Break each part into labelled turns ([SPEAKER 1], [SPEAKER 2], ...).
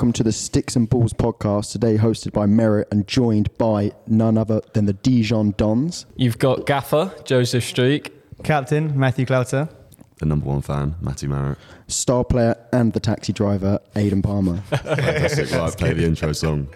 [SPEAKER 1] Welcome to the Sticks and Balls podcast, today hosted by Merritt and joined by none other than the Dijon Dons.
[SPEAKER 2] You've got Gaffer, Joseph Streak.
[SPEAKER 3] Captain Matthew Clouter.
[SPEAKER 4] the number one fan, Matty Marrett.
[SPEAKER 1] star player and the taxi driver Aidan Palmer.
[SPEAKER 4] Fantastic. right, play the intro song.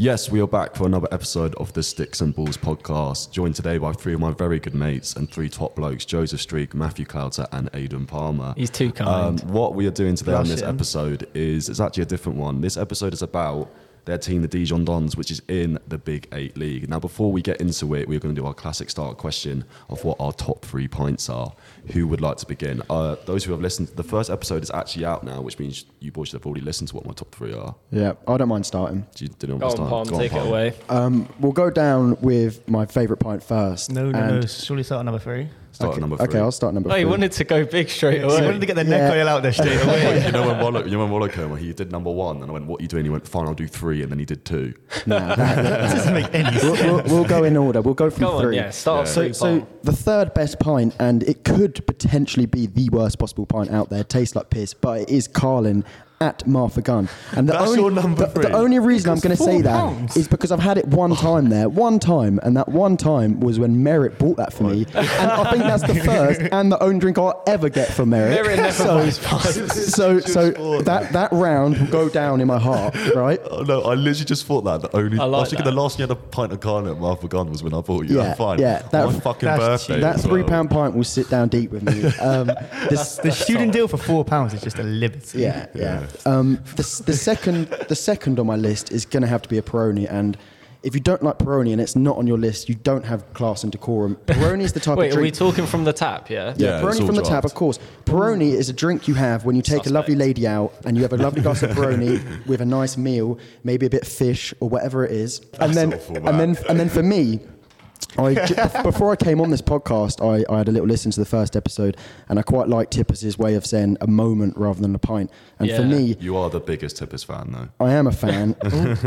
[SPEAKER 4] Yes, we are back for another episode of the Sticks and Balls podcast, joined today by three of my very good mates and three top blokes, Joseph Streak, Matthew Clouter, and Aidan Palmer.
[SPEAKER 2] He's too
[SPEAKER 4] Um,
[SPEAKER 2] kind.
[SPEAKER 4] what we are doing today on this
[SPEAKER 3] Russian.
[SPEAKER 4] episode is it's actually a different one. This episode is about their team, the Dijon Dons, which is in the Big Eight League. Now, before we get into it, we're going to do our classic start question of what our top three points are. Who would like to begin? Uh, those who have listened, the first episode is actually out now, which means you boys should have already listened to what my top three are.
[SPEAKER 1] yeah, I don't mind starting.
[SPEAKER 4] Do you, do you know
[SPEAKER 2] Go
[SPEAKER 4] what
[SPEAKER 2] on,
[SPEAKER 4] start?
[SPEAKER 2] Palm,
[SPEAKER 4] Go on,
[SPEAKER 2] take it
[SPEAKER 4] Palm.
[SPEAKER 2] away.
[SPEAKER 1] Um, we'll go down with my favourite pint first.
[SPEAKER 3] No, no,
[SPEAKER 1] and-
[SPEAKER 3] no. Surely start at number three.
[SPEAKER 4] Start at
[SPEAKER 1] okay,
[SPEAKER 4] number three.
[SPEAKER 1] Okay, I'll start number
[SPEAKER 2] Oh,
[SPEAKER 1] three.
[SPEAKER 2] you wanted to go big straight away.
[SPEAKER 3] He wanted to get the
[SPEAKER 1] Yeah.
[SPEAKER 3] neck oil out there straight away.
[SPEAKER 4] you know when Rollo, you know when Rollo came, he did number one, and I went, "What are you doing?" He went, "Fine, I'll do three, and then he did two.
[SPEAKER 1] Nah, that- we'll, we'll- we'll go in order. We'll go from
[SPEAKER 2] Go on,
[SPEAKER 1] three.
[SPEAKER 2] yeah, start
[SPEAKER 4] Yeah.
[SPEAKER 1] So,
[SPEAKER 2] three,
[SPEAKER 1] so
[SPEAKER 2] Palm.
[SPEAKER 1] the third best pint, and it could potentially be the worst possible pint out there. Tastes like piss, but it is Carlin at Martha Gun. And the
[SPEAKER 4] That's
[SPEAKER 1] only,
[SPEAKER 4] your number
[SPEAKER 1] the, the
[SPEAKER 4] three.
[SPEAKER 1] only reason I'm going to
[SPEAKER 3] four
[SPEAKER 1] say that
[SPEAKER 3] pounds.
[SPEAKER 1] is because I've had it
[SPEAKER 4] Oh.
[SPEAKER 1] one time there, one time, and that one time was when Merritt bought that for me.
[SPEAKER 4] Oh.
[SPEAKER 1] and I think that's the first and the only drink I'll ever get from Merritt.
[SPEAKER 2] Merritt never buys
[SPEAKER 1] so, so that that round will go down in my heart, right?
[SPEAKER 4] Oh, no, I literally just thought that. The only,
[SPEAKER 2] I
[SPEAKER 4] I,
[SPEAKER 2] like
[SPEAKER 4] was thinking
[SPEAKER 2] that.
[SPEAKER 4] the last you had a pint of Carnet at Martha Gun was when I bought you.
[SPEAKER 1] Yeah,
[SPEAKER 4] Yeah, fine.
[SPEAKER 1] yeah, that-
[SPEAKER 4] my fucking
[SPEAKER 3] that's
[SPEAKER 4] birthday.
[SPEAKER 3] cheap.
[SPEAKER 1] That
[SPEAKER 4] as
[SPEAKER 1] three
[SPEAKER 4] well.
[SPEAKER 1] pound pint will sit down deep with me. Um, this,
[SPEAKER 3] The shooting deal for four pounds is just a liberty.
[SPEAKER 1] Yeah, yeah. Um, the, s- the second, the second on my list is going to have to be a Peroni, and if you don't like Peroni and it's not on your list, you don't have class and decorum. Peroni is the type
[SPEAKER 2] Wait,
[SPEAKER 1] of
[SPEAKER 2] are we
[SPEAKER 1] drink.
[SPEAKER 2] talking from the tap? Yeah.
[SPEAKER 1] yeah,
[SPEAKER 4] Yeah, it's
[SPEAKER 1] Peroni
[SPEAKER 4] all
[SPEAKER 1] from the tab,
[SPEAKER 4] dropped.
[SPEAKER 1] of course. Peroni is a drink you have when you take a lovely
[SPEAKER 2] Suspect.
[SPEAKER 1] lady out and you have a lovely glass of Peroni with a nice meal, maybe a bit of fish or whatever it is, and
[SPEAKER 4] That's
[SPEAKER 1] then
[SPEAKER 4] awful,
[SPEAKER 1] and then
[SPEAKER 4] man.
[SPEAKER 1] and then for me. I j- before I came on this podcast, I, I had a little listen to the first episode, and I quite liked Hippus's way of saying a moment rather than a pint. And for
[SPEAKER 2] Yeah.
[SPEAKER 1] me,
[SPEAKER 4] You are the biggest Tippers fan, though.
[SPEAKER 1] I am a fan.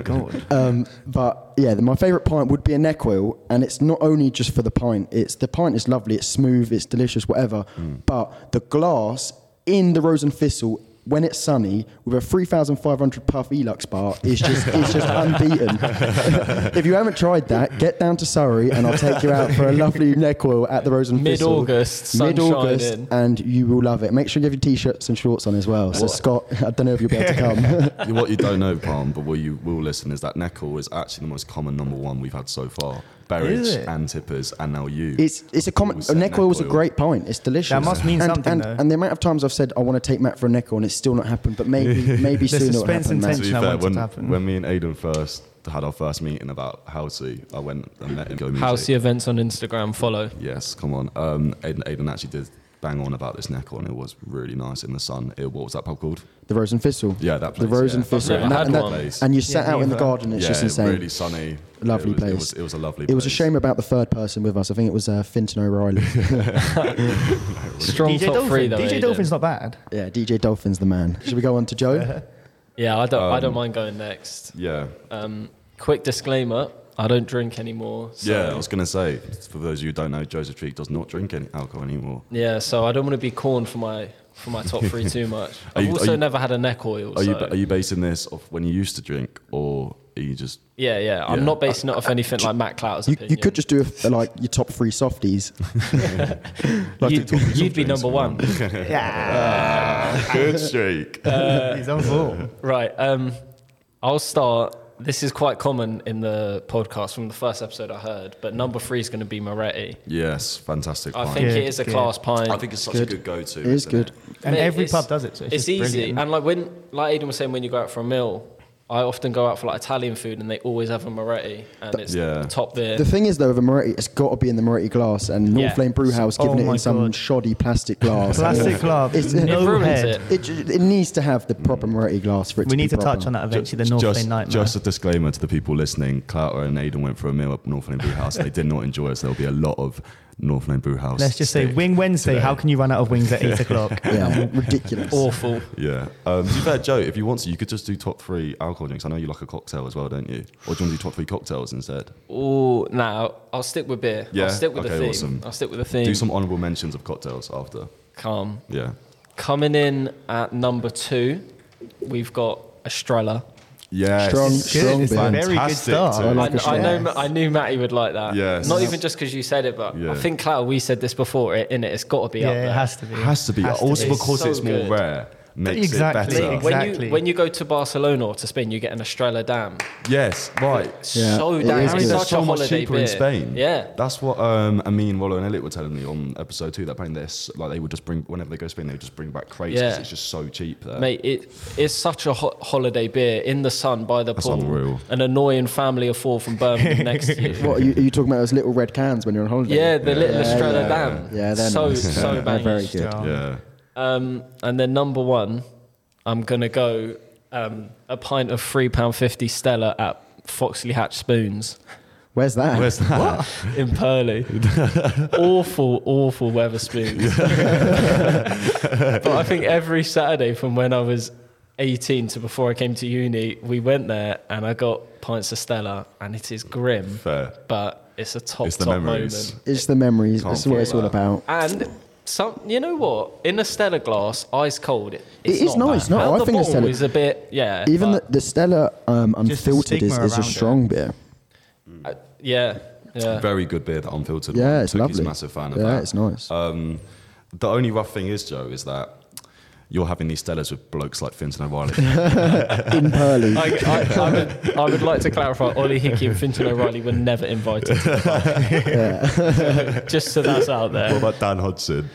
[SPEAKER 3] God.
[SPEAKER 1] um, but yeah, the- my favourite pint would be a neck oil, and it's not only just for the pint. It's the pint is lovely, it's smooth, it's delicious, whatever. But the glass in the rose and thistle. When it's sunny, with a 3,500 puff Elux bar, is just it's just unbeaten. if you haven't tried that, get down to Surrey and I'll take you out for a lovely neck oil at the Rose and Thistle.
[SPEAKER 2] Mid-August, sun shining.
[SPEAKER 1] and you will love it. Make sure you have your t-shirts and shorts on as well. So Scott, I don't know if you'll be able to come.
[SPEAKER 4] what you don't know, Palm, but what you will listen is that Neckel is actually the most common number one we've had so far.
[SPEAKER 3] Is
[SPEAKER 4] Berridge
[SPEAKER 3] it?
[SPEAKER 4] and Tippers, and now you.
[SPEAKER 1] It's it's a common.
[SPEAKER 4] Always
[SPEAKER 1] A
[SPEAKER 4] said
[SPEAKER 1] neck oil was a
[SPEAKER 4] neck oil.
[SPEAKER 1] great pint. It's delicious.
[SPEAKER 3] That must mean
[SPEAKER 1] and,
[SPEAKER 3] something,
[SPEAKER 1] And,
[SPEAKER 3] though.
[SPEAKER 1] and the amount of times I've said I want to take Matt for a neck oil and it's still not happened. But maybe maybe
[SPEAKER 3] The
[SPEAKER 1] soon it'll
[SPEAKER 3] suspense
[SPEAKER 1] happen.
[SPEAKER 3] and
[SPEAKER 1] Matt.
[SPEAKER 4] to be
[SPEAKER 3] I
[SPEAKER 4] fair,
[SPEAKER 3] want it
[SPEAKER 4] when,
[SPEAKER 3] to happen.
[SPEAKER 4] when me and Aidan first had our first meeting about Halsey, I went and met him. Go music.
[SPEAKER 2] How's the events on Instagram? Follow.
[SPEAKER 4] Yes, come on. Um, Aidan, Aidan actually did bang on about this Neckel, and it was really nice in the sun. It, what was that pub called?
[SPEAKER 1] The rose and thistle.
[SPEAKER 4] Yeah, that
[SPEAKER 1] The
[SPEAKER 4] place.
[SPEAKER 1] rose
[SPEAKER 4] yeah.
[SPEAKER 1] and thistle.
[SPEAKER 2] Yeah,
[SPEAKER 1] and,
[SPEAKER 2] I had
[SPEAKER 1] and,
[SPEAKER 2] one.
[SPEAKER 1] and you sat
[SPEAKER 3] Yeah,
[SPEAKER 1] out in the
[SPEAKER 3] neither.
[SPEAKER 1] garden. It's
[SPEAKER 4] yeah,
[SPEAKER 1] just insane.
[SPEAKER 4] really sunny.
[SPEAKER 1] Lovely
[SPEAKER 4] it was,
[SPEAKER 1] place.
[SPEAKER 4] It was, it was a lovely
[SPEAKER 1] it was a
[SPEAKER 4] place.
[SPEAKER 1] shame about the third person with us. I think it was uh, Finton O'Reilly.
[SPEAKER 2] Strong
[SPEAKER 3] DJ
[SPEAKER 2] top
[SPEAKER 3] Dolphin.
[SPEAKER 2] three though.
[SPEAKER 3] DJ
[SPEAKER 2] Aiden.
[SPEAKER 3] Dolphin's not bad.
[SPEAKER 1] yeah, DJ Dolphin's the man. Should we go on to Joe?
[SPEAKER 2] Yeah, I don't. I
[SPEAKER 4] Um,
[SPEAKER 2] don't mind going next.
[SPEAKER 4] Yeah.
[SPEAKER 2] Um, quick disclaimer: I don't drink anymore. So,
[SPEAKER 4] Yeah, I was going to say, for those of you who don't know, Joseph Treat does not drink any alcohol anymore.
[SPEAKER 2] Yeah, so I don't want to be corn for my for my top three too much.
[SPEAKER 4] Are
[SPEAKER 2] I've
[SPEAKER 4] you- are
[SPEAKER 2] also
[SPEAKER 4] you-
[SPEAKER 2] never had a neck oil.
[SPEAKER 4] Are you,
[SPEAKER 2] so-
[SPEAKER 4] are you basing this off when you used to drink, or are you just.
[SPEAKER 2] yeah, yeah. I'm
[SPEAKER 4] Yeah.
[SPEAKER 2] not basing it off anything like Matt Clouter's
[SPEAKER 1] You,
[SPEAKER 2] opinion.
[SPEAKER 1] you could just do a, like your top three softies.
[SPEAKER 2] You'd, you'd be number one.
[SPEAKER 3] Yeah.
[SPEAKER 4] Good streak.
[SPEAKER 3] He's on form.
[SPEAKER 2] Right. Um, I'll start. This is quite common in the podcast from the first episode I heard, but number three is going to be Moretti.
[SPEAKER 4] yes, fantastic.
[SPEAKER 2] I
[SPEAKER 4] pint.
[SPEAKER 2] think it
[SPEAKER 3] Good,
[SPEAKER 2] is a
[SPEAKER 3] good.
[SPEAKER 2] class pint.
[SPEAKER 4] I think it's such
[SPEAKER 1] Good.
[SPEAKER 4] a good go to.
[SPEAKER 1] It is good.
[SPEAKER 3] And
[SPEAKER 2] Mate,
[SPEAKER 3] every
[SPEAKER 2] it's-
[SPEAKER 3] pub does it. So it's,
[SPEAKER 2] it's
[SPEAKER 3] just
[SPEAKER 2] easy.
[SPEAKER 3] brilliant.
[SPEAKER 2] And like when, like Aidan was saying, when you go out for a meal, I often go out for like Italian food and they always have a Moretti and it's
[SPEAKER 4] Yeah.
[SPEAKER 2] the top there.
[SPEAKER 1] The thing is, though, with a Moretti, it's got to be in the Moretti glass, and North
[SPEAKER 2] Yeah.
[SPEAKER 1] Lane Brewhouse giving
[SPEAKER 3] Oh
[SPEAKER 1] it
[SPEAKER 3] my
[SPEAKER 1] in some
[SPEAKER 3] God.
[SPEAKER 1] shoddy plastic glass.
[SPEAKER 3] Plastic club.
[SPEAKER 1] It's- it
[SPEAKER 3] no
[SPEAKER 2] ruins
[SPEAKER 3] head.
[SPEAKER 2] it.
[SPEAKER 1] It, ju- it needs to have the proper Moretti glass for it
[SPEAKER 3] We
[SPEAKER 1] to be
[SPEAKER 3] need to
[SPEAKER 1] proper.
[SPEAKER 3] touch on that
[SPEAKER 4] Ju-
[SPEAKER 3] eventually. The North Lane nightmare.
[SPEAKER 4] just a disclaimer to the people listening: Clouter and Aidan went for a meal at North Lane Brew House. and they did not enjoy it, so there'll be a lot of North Lane Brew House.
[SPEAKER 3] Let's just say
[SPEAKER 4] stick.
[SPEAKER 3] Wing Wednesday. How can you run out of wings at eight o'clock?
[SPEAKER 1] Yeah, ridiculous.
[SPEAKER 2] Awful.
[SPEAKER 4] Yeah. Um, to be fair, Joe, if you want to, you could just do top three alcohol drinks. I know you like a cocktail as well, don't you? Or do you want to do top three cocktails instead?
[SPEAKER 2] Oh, now I'll, I'll stick with beer.
[SPEAKER 4] Yeah?
[SPEAKER 2] I'll stick with the
[SPEAKER 4] Okay,
[SPEAKER 2] theme.
[SPEAKER 4] awesome.
[SPEAKER 2] I'll stick with the theme.
[SPEAKER 4] Do some honourable mentions of cocktails after.
[SPEAKER 2] Calm.
[SPEAKER 4] Yeah.
[SPEAKER 2] Coming in at number two, we've got Estrella.
[SPEAKER 4] Yes.
[SPEAKER 1] Strong-
[SPEAKER 3] It's good.
[SPEAKER 1] Strong
[SPEAKER 3] It's a very good
[SPEAKER 4] Fantastic
[SPEAKER 3] start.
[SPEAKER 4] too. I
[SPEAKER 1] like
[SPEAKER 2] I, I
[SPEAKER 1] Estrella.
[SPEAKER 2] know, Ma- I knew Matty would like that.
[SPEAKER 4] Yes.
[SPEAKER 2] Not even just because you said it, but
[SPEAKER 4] Yeah.
[SPEAKER 2] I think, Clout, we said this before, it, in it, it's got to be
[SPEAKER 3] Yeah,
[SPEAKER 2] up there.
[SPEAKER 3] it has to be.
[SPEAKER 4] Has to be.
[SPEAKER 3] Has to
[SPEAKER 4] also
[SPEAKER 3] be.
[SPEAKER 4] because
[SPEAKER 2] So
[SPEAKER 4] it's more
[SPEAKER 2] good.
[SPEAKER 4] rare. Makes
[SPEAKER 3] Exactly.
[SPEAKER 4] it better.
[SPEAKER 3] Exactly.
[SPEAKER 2] When you when you go to Barcelona or to Spain, you get an Estrella Dam.
[SPEAKER 4] Yes, right.
[SPEAKER 1] Yeah,
[SPEAKER 2] so
[SPEAKER 1] it
[SPEAKER 2] damn,
[SPEAKER 1] is
[SPEAKER 2] it's
[SPEAKER 1] good.
[SPEAKER 2] such
[SPEAKER 4] so
[SPEAKER 2] a
[SPEAKER 4] much
[SPEAKER 2] holiday
[SPEAKER 4] cheaper
[SPEAKER 2] beer.
[SPEAKER 4] in Spain.
[SPEAKER 2] Yeah,
[SPEAKER 4] That's what um, Amin, Rollo, and Elliot were telling me on episode two. That apparently they're s like they would just bring whenever they go to Spain, they would just bring back crates because
[SPEAKER 2] Yeah.
[SPEAKER 4] it's just so cheap there.
[SPEAKER 2] mate, it it's such a hot holiday beer in the sun by the
[SPEAKER 4] That's
[SPEAKER 2] pool.
[SPEAKER 4] unreal.
[SPEAKER 2] An annoying family of four from Birmingham next to you.
[SPEAKER 1] What are you, are you talking about? Those little red cans when you're on holiday?
[SPEAKER 2] Yeah, the little Estrella
[SPEAKER 1] yeah.
[SPEAKER 2] Dam.
[SPEAKER 1] Yeah, they're
[SPEAKER 2] so
[SPEAKER 1] nice.
[SPEAKER 2] so
[SPEAKER 1] They're
[SPEAKER 2] bangers.
[SPEAKER 1] very good.
[SPEAKER 3] Yeah.
[SPEAKER 4] Yeah.
[SPEAKER 2] Um, and then number one, I'm gonna go um, a pint of three pound fifty Stella at Foxley Hatch Spoons
[SPEAKER 1] Where's that?
[SPEAKER 4] Where's that?
[SPEAKER 2] in Purley. awful, awful weather spoons. but I think every Saturday from when I was 18 to before I came to uni, we went there and I got pints of Stella, and it is grim,
[SPEAKER 4] Fair.
[SPEAKER 2] but it's a top
[SPEAKER 4] It's the
[SPEAKER 2] top
[SPEAKER 4] memories.
[SPEAKER 2] moment.
[SPEAKER 1] It's the memories.
[SPEAKER 4] Can't
[SPEAKER 1] That's what
[SPEAKER 4] beat
[SPEAKER 1] it's all
[SPEAKER 4] that.
[SPEAKER 1] about.
[SPEAKER 2] And some, you know what? In a Stella glass, ice cold. It,
[SPEAKER 1] It
[SPEAKER 2] it's
[SPEAKER 1] is
[SPEAKER 2] not
[SPEAKER 1] nice,
[SPEAKER 2] Bad.
[SPEAKER 1] no,
[SPEAKER 2] Out
[SPEAKER 1] I
[SPEAKER 2] the
[SPEAKER 1] think it's
[SPEAKER 2] bottle
[SPEAKER 1] Stella-
[SPEAKER 2] is a bit. Yeah.
[SPEAKER 1] Even the,
[SPEAKER 2] but-
[SPEAKER 1] the Stella um,
[SPEAKER 3] Just the
[SPEAKER 1] unfiltered is,
[SPEAKER 3] stigma
[SPEAKER 1] is a
[SPEAKER 3] around it.
[SPEAKER 1] strong beer.
[SPEAKER 2] uh, yeah. Yeah.
[SPEAKER 4] Very good beer, that unfiltered one.
[SPEAKER 1] Yeah, it's
[SPEAKER 4] Tookie's
[SPEAKER 1] lovely.
[SPEAKER 4] a massive fan of
[SPEAKER 1] yeah,
[SPEAKER 4] that.
[SPEAKER 1] it's nice.
[SPEAKER 4] Um, the only rough thing is, Joe, is that you're having these stellars with blokes like Finton O'Reilly.
[SPEAKER 1] In Pearly.
[SPEAKER 2] I, I, I, would, I would like to clarify Ollie Hickey and Fintan O'Reilly were never invited. To the party. Just so that's out
[SPEAKER 4] what
[SPEAKER 2] there.
[SPEAKER 4] about Dan Hodgson?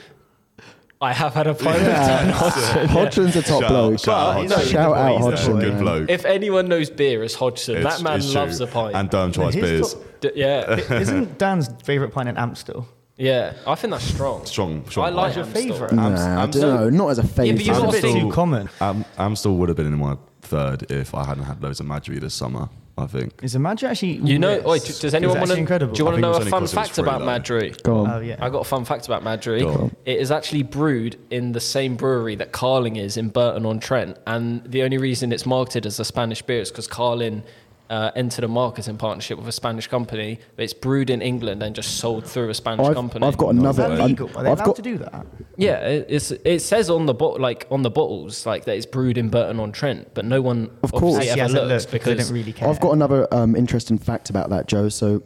[SPEAKER 2] I have had a pint
[SPEAKER 1] Yeah.
[SPEAKER 2] of Dan Hodgson. yeah.
[SPEAKER 1] Hodgson's a top
[SPEAKER 4] Shout out-
[SPEAKER 1] bloke.
[SPEAKER 4] shout out
[SPEAKER 1] Shout
[SPEAKER 4] Hodgson.
[SPEAKER 1] out
[SPEAKER 3] He's a
[SPEAKER 1] Hodgson.
[SPEAKER 4] Good
[SPEAKER 1] man.
[SPEAKER 4] bloke.
[SPEAKER 2] If anyone knows beer, it's Hodgson.
[SPEAKER 4] It's-
[SPEAKER 2] that man
[SPEAKER 4] it's
[SPEAKER 2] loves
[SPEAKER 4] true.
[SPEAKER 2] a pint.
[SPEAKER 4] And Durham tries
[SPEAKER 3] His
[SPEAKER 4] beers.
[SPEAKER 3] top-
[SPEAKER 2] D- yeah.
[SPEAKER 3] Isn't Dan's favourite pint an Amstel?
[SPEAKER 2] Yeah. I think that's strong.
[SPEAKER 4] Strong- strong
[SPEAKER 2] I like
[SPEAKER 4] pint.
[SPEAKER 2] your favourite.
[SPEAKER 1] Nah,
[SPEAKER 4] Amst-
[SPEAKER 1] I
[SPEAKER 4] Amstel-
[SPEAKER 1] don't know. Not as a
[SPEAKER 2] but
[SPEAKER 1] favourite.
[SPEAKER 2] you
[SPEAKER 3] It's a bit
[SPEAKER 2] Amstel-
[SPEAKER 3] too common.
[SPEAKER 4] Am- Amstel would have been in my third if I hadn't had loads of Madry this summer, I think.
[SPEAKER 3] Is Imagine actually?
[SPEAKER 2] You know,
[SPEAKER 3] ripped?
[SPEAKER 2] oi, d- does anyone want
[SPEAKER 3] It's actually
[SPEAKER 2] to?
[SPEAKER 3] incredible?
[SPEAKER 2] Do you want
[SPEAKER 4] I
[SPEAKER 2] to
[SPEAKER 4] think it
[SPEAKER 2] know
[SPEAKER 4] was
[SPEAKER 2] a
[SPEAKER 4] only
[SPEAKER 2] fun
[SPEAKER 4] 'cause it was
[SPEAKER 2] fact about
[SPEAKER 4] free, though.
[SPEAKER 2] Madry?
[SPEAKER 1] Go on.
[SPEAKER 3] Oh yeah.
[SPEAKER 2] I got a fun fact about
[SPEAKER 4] Go
[SPEAKER 2] Madry.
[SPEAKER 4] on.
[SPEAKER 2] It is actually brewed in the same brewery that Carling is in Burton on Trent, and the only reason it's marketed as a Spanish beer is because Carling uh, entered a market in partnership with a Spanish company. But it's brewed in England and just sold through a Spanish
[SPEAKER 1] I've,
[SPEAKER 2] company.
[SPEAKER 1] I've got
[SPEAKER 3] Is
[SPEAKER 1] another.
[SPEAKER 3] that
[SPEAKER 1] I'm-
[SPEAKER 3] legal? Are they
[SPEAKER 1] I've
[SPEAKER 3] allowed
[SPEAKER 1] got
[SPEAKER 3] to do that?
[SPEAKER 2] Yeah, it, it's it says on the bottle like on the bottles like that it's brewed in Burton on Trent, but no one
[SPEAKER 1] Of course.
[SPEAKER 2] obviously
[SPEAKER 3] Obviously,
[SPEAKER 2] ever
[SPEAKER 3] hasn't
[SPEAKER 2] looks
[SPEAKER 3] looked they
[SPEAKER 2] because
[SPEAKER 3] don't really care.
[SPEAKER 1] I've got another um, interesting fact about that, Joe. So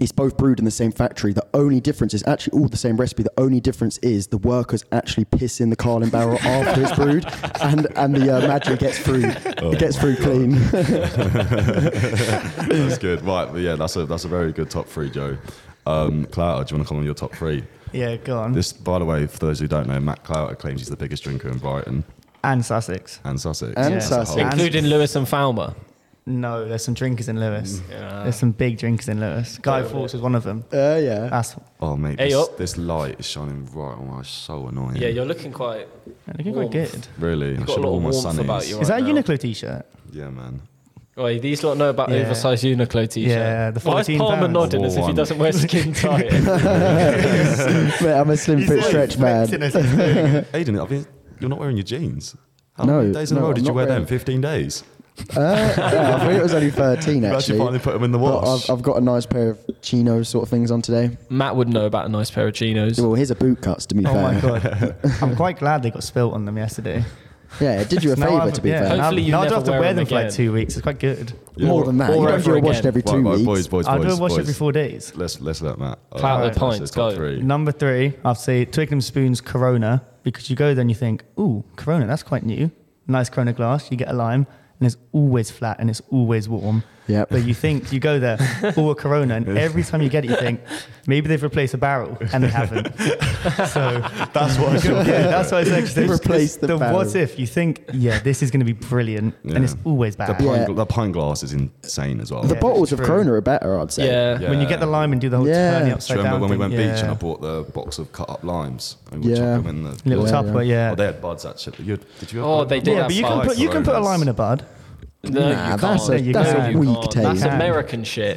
[SPEAKER 1] it's both brewed in the same factory. The only difference is actually all the same recipe. The only difference is the workers actually piss in the Carlin barrel after it's brewed, and and the uh, Madry gets through.
[SPEAKER 4] Oh
[SPEAKER 1] it gets through clean.
[SPEAKER 4] That's good. Right, but yeah, that's a that's a very good top three, Joe. Um, Clouter, do you want to come on your top three?
[SPEAKER 3] Yeah, go on.
[SPEAKER 4] This, by the way, for those who don't know, Matt Clouter claims he's the biggest drinker in Brighton
[SPEAKER 3] and Sussex.
[SPEAKER 4] and Sussex.
[SPEAKER 1] And
[SPEAKER 4] as a whole.
[SPEAKER 1] Sussex.
[SPEAKER 2] including Lewis and Falmer.
[SPEAKER 3] No, there's some drinkers in Lewis.
[SPEAKER 2] Yeah.
[SPEAKER 3] There's some big drinkers in Lewis. Guy Fawkes was one of them.
[SPEAKER 1] Uh, yeah.
[SPEAKER 3] That's
[SPEAKER 4] Oh mate,
[SPEAKER 2] Hey,
[SPEAKER 4] this,
[SPEAKER 2] up.
[SPEAKER 4] this light is shining right on my. It's so annoying.
[SPEAKER 2] Yeah, you're looking quite.
[SPEAKER 3] they're looking quite
[SPEAKER 2] Warmth.
[SPEAKER 3] good.
[SPEAKER 4] really. I
[SPEAKER 2] got a
[SPEAKER 4] should have
[SPEAKER 2] lot
[SPEAKER 4] worn
[SPEAKER 2] of
[SPEAKER 4] my
[SPEAKER 2] warmth
[SPEAKER 4] sunnies.
[SPEAKER 2] about you.
[SPEAKER 3] Is that a
[SPEAKER 2] Right now.
[SPEAKER 3] Uniqlo t-shirt?
[SPEAKER 4] Yeah, man.
[SPEAKER 2] Well, these lot know about
[SPEAKER 3] Yeah.
[SPEAKER 2] oversized Uniqlo t-shirt.
[SPEAKER 3] Yeah, the
[SPEAKER 2] Why is
[SPEAKER 3] 14
[SPEAKER 2] Palmer
[SPEAKER 3] pounds.
[SPEAKER 2] nodding as if he
[SPEAKER 4] Wore
[SPEAKER 2] doesn't wear skin tight?
[SPEAKER 1] Mate, I'm a slim fit stretch man.
[SPEAKER 4] Aiden, I mean, you're not wearing your jeans. How
[SPEAKER 1] No,
[SPEAKER 4] many days in a
[SPEAKER 1] no,
[SPEAKER 4] row
[SPEAKER 1] I'm
[SPEAKER 4] did you
[SPEAKER 1] not
[SPEAKER 4] wear them?
[SPEAKER 1] wearing-
[SPEAKER 4] Fifteen days.
[SPEAKER 1] Uh, yeah, I think it was only 13
[SPEAKER 4] You actually
[SPEAKER 1] actually.
[SPEAKER 4] finally put them in the
[SPEAKER 1] But
[SPEAKER 4] wash.
[SPEAKER 1] I've, I've got a nice pair of chinos sort of things on today.
[SPEAKER 2] Matt would know about a nice pair of chinos.
[SPEAKER 1] Well, here's a boot cuts to be
[SPEAKER 3] Oh
[SPEAKER 1] fair.
[SPEAKER 3] my god! I'm quite glad they got spilt on them yesterday.
[SPEAKER 1] Yeah, it did you a
[SPEAKER 3] Now I
[SPEAKER 1] favour
[SPEAKER 3] haven't-
[SPEAKER 1] to be
[SPEAKER 3] yeah,
[SPEAKER 1] fair.
[SPEAKER 3] now-
[SPEAKER 2] Hopefully you
[SPEAKER 3] now I don't
[SPEAKER 2] never
[SPEAKER 3] have to
[SPEAKER 2] wear
[SPEAKER 3] wear them
[SPEAKER 2] them
[SPEAKER 3] for like
[SPEAKER 2] again.
[SPEAKER 3] two weeks. It's quite good.
[SPEAKER 4] Yeah.
[SPEAKER 1] More than that,
[SPEAKER 2] Or
[SPEAKER 1] you don't do
[SPEAKER 2] ever
[SPEAKER 1] a wash
[SPEAKER 2] again.
[SPEAKER 1] every two
[SPEAKER 4] Right, right,
[SPEAKER 1] weeks.
[SPEAKER 4] boys, boys,
[SPEAKER 3] I do
[SPEAKER 4] boys,
[SPEAKER 3] a wash
[SPEAKER 4] boys.
[SPEAKER 3] every four days.
[SPEAKER 4] Let's let's let Matt. All
[SPEAKER 2] Clout
[SPEAKER 4] right,
[SPEAKER 2] the
[SPEAKER 4] that's
[SPEAKER 2] pints,
[SPEAKER 4] his top
[SPEAKER 2] go.
[SPEAKER 4] three.
[SPEAKER 3] Number three, I'd say Twickenham Spoons Corona because you go there and you think, ooh, Corona, that's quite new. Nice Corona glass. You get a lime and it's always flat and it's always warm.
[SPEAKER 1] Yep.
[SPEAKER 3] But you think you go there, ooh, a Corona, and every time you get it, you think maybe they've replaced a barrel and they haven't. so
[SPEAKER 4] That's what I should
[SPEAKER 3] yeah, that's why I said 'cause
[SPEAKER 1] They
[SPEAKER 3] it's-
[SPEAKER 1] replaced
[SPEAKER 3] it's
[SPEAKER 1] the
[SPEAKER 3] what
[SPEAKER 1] barrel.
[SPEAKER 3] if you think, yeah, this is going to be brilliant, and it's
[SPEAKER 4] Yeah.
[SPEAKER 3] always
[SPEAKER 4] The
[SPEAKER 3] bad.
[SPEAKER 4] pint,
[SPEAKER 1] Yeah.
[SPEAKER 4] gla- the pint glass is insane as well.
[SPEAKER 1] The
[SPEAKER 3] Yeah,
[SPEAKER 1] bottles of
[SPEAKER 3] true.
[SPEAKER 1] Corona are better, I'd say.
[SPEAKER 2] yeah.
[SPEAKER 4] Yeah.
[SPEAKER 3] When you get the lime and do the whole
[SPEAKER 1] Yeah.
[SPEAKER 3] turning
[SPEAKER 4] Do
[SPEAKER 3] upside
[SPEAKER 4] you remember
[SPEAKER 3] down
[SPEAKER 4] when
[SPEAKER 3] thing?
[SPEAKER 4] we went beach and I
[SPEAKER 3] Yeah.
[SPEAKER 4] bought the box of cut up limes? And we
[SPEAKER 1] Yeah.
[SPEAKER 4] chucked them in the
[SPEAKER 3] little
[SPEAKER 1] Yeah,
[SPEAKER 3] tupper, yeah.
[SPEAKER 4] Oh, they had buds actually. You, did you? Have
[SPEAKER 2] Oh,
[SPEAKER 4] buds?
[SPEAKER 2] they did.
[SPEAKER 3] Yeah,
[SPEAKER 2] have
[SPEAKER 3] but you can
[SPEAKER 2] buds.
[SPEAKER 3] put you can put a lime in a bud.
[SPEAKER 2] No,
[SPEAKER 1] Nah,
[SPEAKER 2] you
[SPEAKER 1] that's
[SPEAKER 2] can't.
[SPEAKER 1] a-
[SPEAKER 2] You
[SPEAKER 3] that's a
[SPEAKER 2] can't. You
[SPEAKER 1] weak
[SPEAKER 2] can't.
[SPEAKER 1] take.
[SPEAKER 2] That's
[SPEAKER 3] Yeah.
[SPEAKER 2] American shit.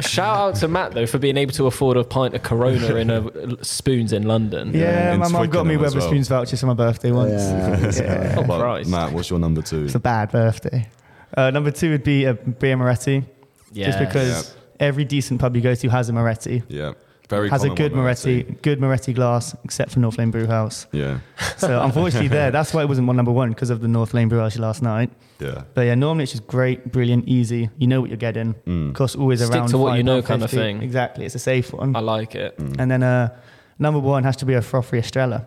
[SPEAKER 2] Shout out to Matt though for being able to afford a pint of Corona in a spoons in London.
[SPEAKER 4] Yeah,
[SPEAKER 3] Yeah,
[SPEAKER 4] in
[SPEAKER 3] my mum got me
[SPEAKER 4] Twickenham as well.
[SPEAKER 3] Weatherspoons vouchers for my birthday once.
[SPEAKER 1] Yeah.
[SPEAKER 3] Yeah.
[SPEAKER 4] How
[SPEAKER 2] Oh,
[SPEAKER 4] about-
[SPEAKER 2] Christ.
[SPEAKER 4] Matt, what's your number two?
[SPEAKER 3] It's a bad birthday. Uh, number two would be a beer Moretti,
[SPEAKER 2] Yeah.
[SPEAKER 3] just because every decent pub you go to has a Moretti.
[SPEAKER 4] Yeah. Very
[SPEAKER 3] has a
[SPEAKER 4] common
[SPEAKER 3] good
[SPEAKER 4] one, I'd say.
[SPEAKER 3] Moretti, good Moretti glass, except for North Lane Brewhouse.
[SPEAKER 4] Yeah,
[SPEAKER 3] So unfortunately, there that's why it wasn't one number one because of the North Lane Brewhouse last night.
[SPEAKER 4] yeah.
[SPEAKER 3] But yeah, normally it's just great, brilliant, easy. You know what you're getting.
[SPEAKER 4] Mm.
[SPEAKER 3] Costs always
[SPEAKER 2] Stick
[SPEAKER 3] around
[SPEAKER 2] to what you know
[SPEAKER 3] £5.50.
[SPEAKER 2] kind of thing.
[SPEAKER 3] Exactly, it's a safe one.
[SPEAKER 2] I like it.
[SPEAKER 4] Mm.
[SPEAKER 3] And then uh, number one has to be a frothy Estrella.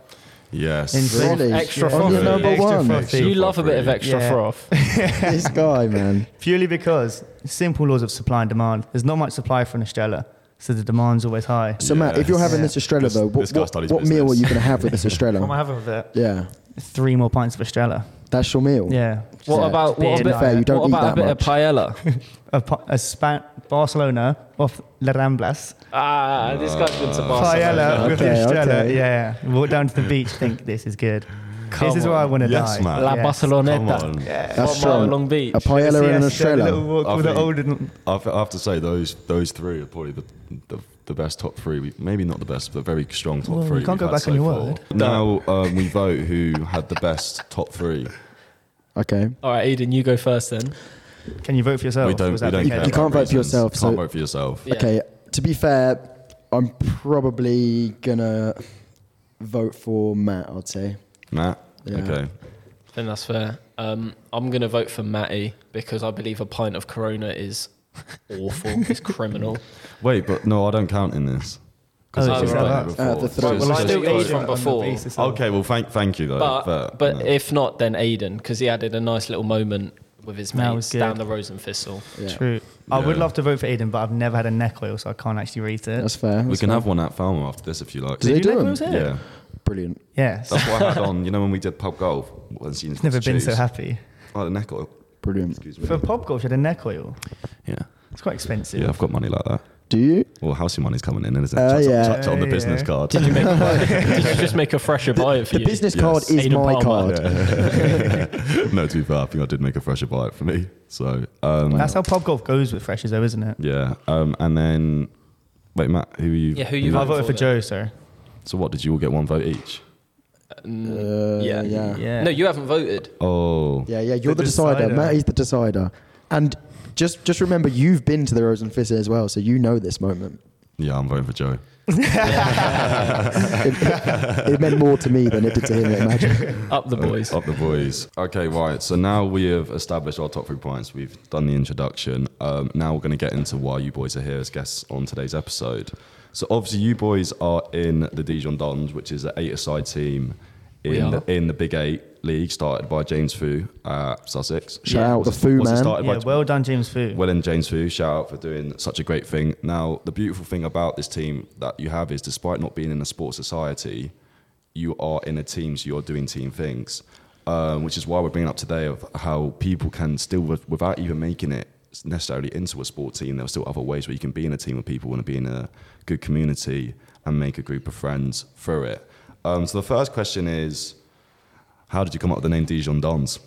[SPEAKER 4] Yes.
[SPEAKER 3] In Spain.
[SPEAKER 1] Really?
[SPEAKER 2] Extra
[SPEAKER 1] On your
[SPEAKER 2] frothy.
[SPEAKER 1] number
[SPEAKER 3] Extra
[SPEAKER 1] one.
[SPEAKER 3] frothy.
[SPEAKER 2] So you love a bit of
[SPEAKER 4] frothy.
[SPEAKER 2] extra
[SPEAKER 3] Yeah.
[SPEAKER 2] froth.
[SPEAKER 1] this guy, man.
[SPEAKER 3] Purely because simple laws of supply and demand. There's not much supply for an Estrella, so the demand's always high.
[SPEAKER 1] So Matt, if you're having
[SPEAKER 3] Yes.
[SPEAKER 1] this Estrella
[SPEAKER 4] This-
[SPEAKER 1] though, what,
[SPEAKER 4] this guy
[SPEAKER 1] what,
[SPEAKER 4] studies
[SPEAKER 1] what meal
[SPEAKER 4] business.
[SPEAKER 1] are you going to have with this Estrella?
[SPEAKER 5] What am I having with it?
[SPEAKER 1] yeah,
[SPEAKER 3] Three more pints of Estrella.
[SPEAKER 1] that's your meal.
[SPEAKER 3] Yeah.
[SPEAKER 2] What
[SPEAKER 1] Yeah.
[SPEAKER 2] about what
[SPEAKER 3] To
[SPEAKER 2] a
[SPEAKER 3] be
[SPEAKER 2] bit,
[SPEAKER 3] fair,
[SPEAKER 1] you don't
[SPEAKER 2] what
[SPEAKER 1] eat
[SPEAKER 2] about
[SPEAKER 1] that
[SPEAKER 2] a bit
[SPEAKER 1] much.
[SPEAKER 2] of paella?
[SPEAKER 3] A, pa- a span- Barcelona off La Ramblas.
[SPEAKER 2] ah, this guy's been
[SPEAKER 1] Uh,
[SPEAKER 2] to Barcelona.
[SPEAKER 3] Paella with
[SPEAKER 1] Okay,
[SPEAKER 3] the Estrella.
[SPEAKER 1] okay.
[SPEAKER 3] Yeah. Walk down to the beach, think this is good. this is where I want to
[SPEAKER 4] Yes,
[SPEAKER 3] die.
[SPEAKER 4] man.
[SPEAKER 2] La
[SPEAKER 3] Yeah.
[SPEAKER 4] Come
[SPEAKER 2] Barceloneta.
[SPEAKER 4] on.
[SPEAKER 1] that's
[SPEAKER 2] One mile
[SPEAKER 1] strong.
[SPEAKER 2] Long Beach.
[SPEAKER 1] A
[SPEAKER 3] See,
[SPEAKER 1] paella
[SPEAKER 3] I
[SPEAKER 1] and an
[SPEAKER 3] said the little
[SPEAKER 1] Estrella.
[SPEAKER 3] walk
[SPEAKER 4] I
[SPEAKER 3] with the
[SPEAKER 4] think-
[SPEAKER 3] old-
[SPEAKER 4] I have I have to say those those three are probably the the, the best top three. We, maybe not the best, but very strong top
[SPEAKER 3] Well, you
[SPEAKER 4] three.
[SPEAKER 3] can't
[SPEAKER 4] we've
[SPEAKER 3] go
[SPEAKER 4] had
[SPEAKER 3] back
[SPEAKER 4] so
[SPEAKER 3] on your
[SPEAKER 4] far.
[SPEAKER 3] word.
[SPEAKER 4] Now um, we vote who had the best top three.
[SPEAKER 1] Okay.
[SPEAKER 2] All right, Eden, you go first then.
[SPEAKER 3] Can you vote for yourself?
[SPEAKER 4] we
[SPEAKER 3] Or
[SPEAKER 4] don't.
[SPEAKER 3] is
[SPEAKER 4] We
[SPEAKER 3] Oh, that
[SPEAKER 4] don't
[SPEAKER 1] You-
[SPEAKER 4] care
[SPEAKER 1] you can't
[SPEAKER 4] about
[SPEAKER 1] vote for
[SPEAKER 4] reasons.
[SPEAKER 1] yourself,
[SPEAKER 4] Can't
[SPEAKER 1] so-
[SPEAKER 4] vote for yourself.
[SPEAKER 2] Yeah.
[SPEAKER 1] Okay. To be fair, I'm probably gonna vote for Matt. I'd say.
[SPEAKER 4] Matt.
[SPEAKER 1] Yeah.
[SPEAKER 4] Okay.
[SPEAKER 2] I think that's fair. Um, I'm going to vote for Matty because I believe a pint of Corona is awful. it's criminal.
[SPEAKER 4] Wait, but no, I don't count in this.
[SPEAKER 3] Oh,
[SPEAKER 4] I've
[SPEAKER 2] it's
[SPEAKER 4] done
[SPEAKER 3] right.
[SPEAKER 4] it
[SPEAKER 1] Uh,
[SPEAKER 4] before.
[SPEAKER 1] the
[SPEAKER 4] So
[SPEAKER 1] three-
[SPEAKER 4] it's
[SPEAKER 2] Well,
[SPEAKER 4] just-
[SPEAKER 2] I do-
[SPEAKER 3] Just
[SPEAKER 2] age from
[SPEAKER 3] on the
[SPEAKER 2] before.
[SPEAKER 3] basis of-
[SPEAKER 4] Okay, well, thank thank you though.
[SPEAKER 2] But
[SPEAKER 4] but,
[SPEAKER 2] but,
[SPEAKER 4] no.
[SPEAKER 2] if not, then Aiden because he added a nice little moment with his
[SPEAKER 3] That was
[SPEAKER 2] mates
[SPEAKER 3] good.
[SPEAKER 2] down the Rosenfistel.
[SPEAKER 1] Yeah.
[SPEAKER 3] True. I would
[SPEAKER 4] Yeah.
[SPEAKER 3] love to vote for Aiden, but I've never had a neck oil, so I can't actually rate it.
[SPEAKER 1] That's fair.
[SPEAKER 4] we
[SPEAKER 1] that's
[SPEAKER 4] can
[SPEAKER 1] fair.
[SPEAKER 4] have one at Falmer after this if you like.
[SPEAKER 1] Do they
[SPEAKER 3] Did
[SPEAKER 1] do
[SPEAKER 3] you neck
[SPEAKER 1] them?
[SPEAKER 3] oils here?
[SPEAKER 4] Yeah,
[SPEAKER 1] Brilliant.
[SPEAKER 3] Yes.
[SPEAKER 4] that's what I had on. You know when we did pub golf. Once you
[SPEAKER 3] I've never been so
[SPEAKER 4] choose.
[SPEAKER 3] happy.
[SPEAKER 4] Oh, the neck oil.
[SPEAKER 1] Brilliant.
[SPEAKER 4] Excuse me.
[SPEAKER 3] For pop golf, you had a neck oil.
[SPEAKER 4] Yeah,
[SPEAKER 3] It's quite expensive.
[SPEAKER 4] yeah, I've got money like that.
[SPEAKER 1] Do you?
[SPEAKER 4] Well, housing money's coming in, isn't it?
[SPEAKER 1] Uh,
[SPEAKER 4] Chucked it-
[SPEAKER 1] yeah.
[SPEAKER 4] chucked it on the
[SPEAKER 3] Uh,
[SPEAKER 4] business
[SPEAKER 3] yeah.
[SPEAKER 4] card.
[SPEAKER 2] Did you make? did you just make a fresher buy it for
[SPEAKER 1] The
[SPEAKER 2] you?
[SPEAKER 1] business
[SPEAKER 4] Yes.
[SPEAKER 1] card is
[SPEAKER 2] Aiden
[SPEAKER 1] my
[SPEAKER 2] Palmer.
[SPEAKER 1] card.
[SPEAKER 4] no, to be fair, I think I did make a fresher buy it for me. So, um,
[SPEAKER 3] That's how pub golf goes with freshers, though, isn't it?
[SPEAKER 4] yeah. Um, and then, wait, Matt, who are you?
[SPEAKER 2] Yeah, who you
[SPEAKER 3] I
[SPEAKER 2] vote
[SPEAKER 3] voted for
[SPEAKER 2] then?
[SPEAKER 3] Joe, sir.
[SPEAKER 4] So, what did you all get one vote each?
[SPEAKER 1] Uh,
[SPEAKER 2] Mm, yeah.
[SPEAKER 1] yeah.
[SPEAKER 3] Yeah.
[SPEAKER 2] No, you haven't voted.
[SPEAKER 4] Oh,
[SPEAKER 1] Yeah, yeah, you're the,
[SPEAKER 3] The
[SPEAKER 1] decider.
[SPEAKER 3] decider.
[SPEAKER 1] Matt is the decider. And just just remember, you've been to the Rosenfisse as well, so you know this moment.
[SPEAKER 4] yeah, I'm voting for Joe.
[SPEAKER 1] It, it meant more to me than it did to him, I imagine.
[SPEAKER 2] Up the boys.
[SPEAKER 4] Up the boys. Okay, right. So now we have established our top three points. We've done the introduction. Um, now we're going to get into why you boys are here as guests on today's episode. So obviously, you boys are in the Dijon Dons, which is an eight-a-side team
[SPEAKER 2] We
[SPEAKER 4] in
[SPEAKER 2] are.
[SPEAKER 4] the, in the Big Eight league, started by James Fu at Sussex.
[SPEAKER 1] Shout out
[SPEAKER 4] Was
[SPEAKER 1] the Fu
[SPEAKER 4] was it
[SPEAKER 1] man.
[SPEAKER 4] started by-
[SPEAKER 3] Yeah, well done, James Fu.
[SPEAKER 4] well and James Fu, shout out for doing such a great thing. Now, the beautiful thing about this team that you have is despite not being in a sports society, you are in a team, so you're doing team things, um, which is why we're bringing up today of how people can still, with- without even making it necessarily into a sport team, there are still other ways where you can be in a team with people and be in a good community and make a group of friends through it. Um, so the first question is, how did you come up with the name Dijon Dons?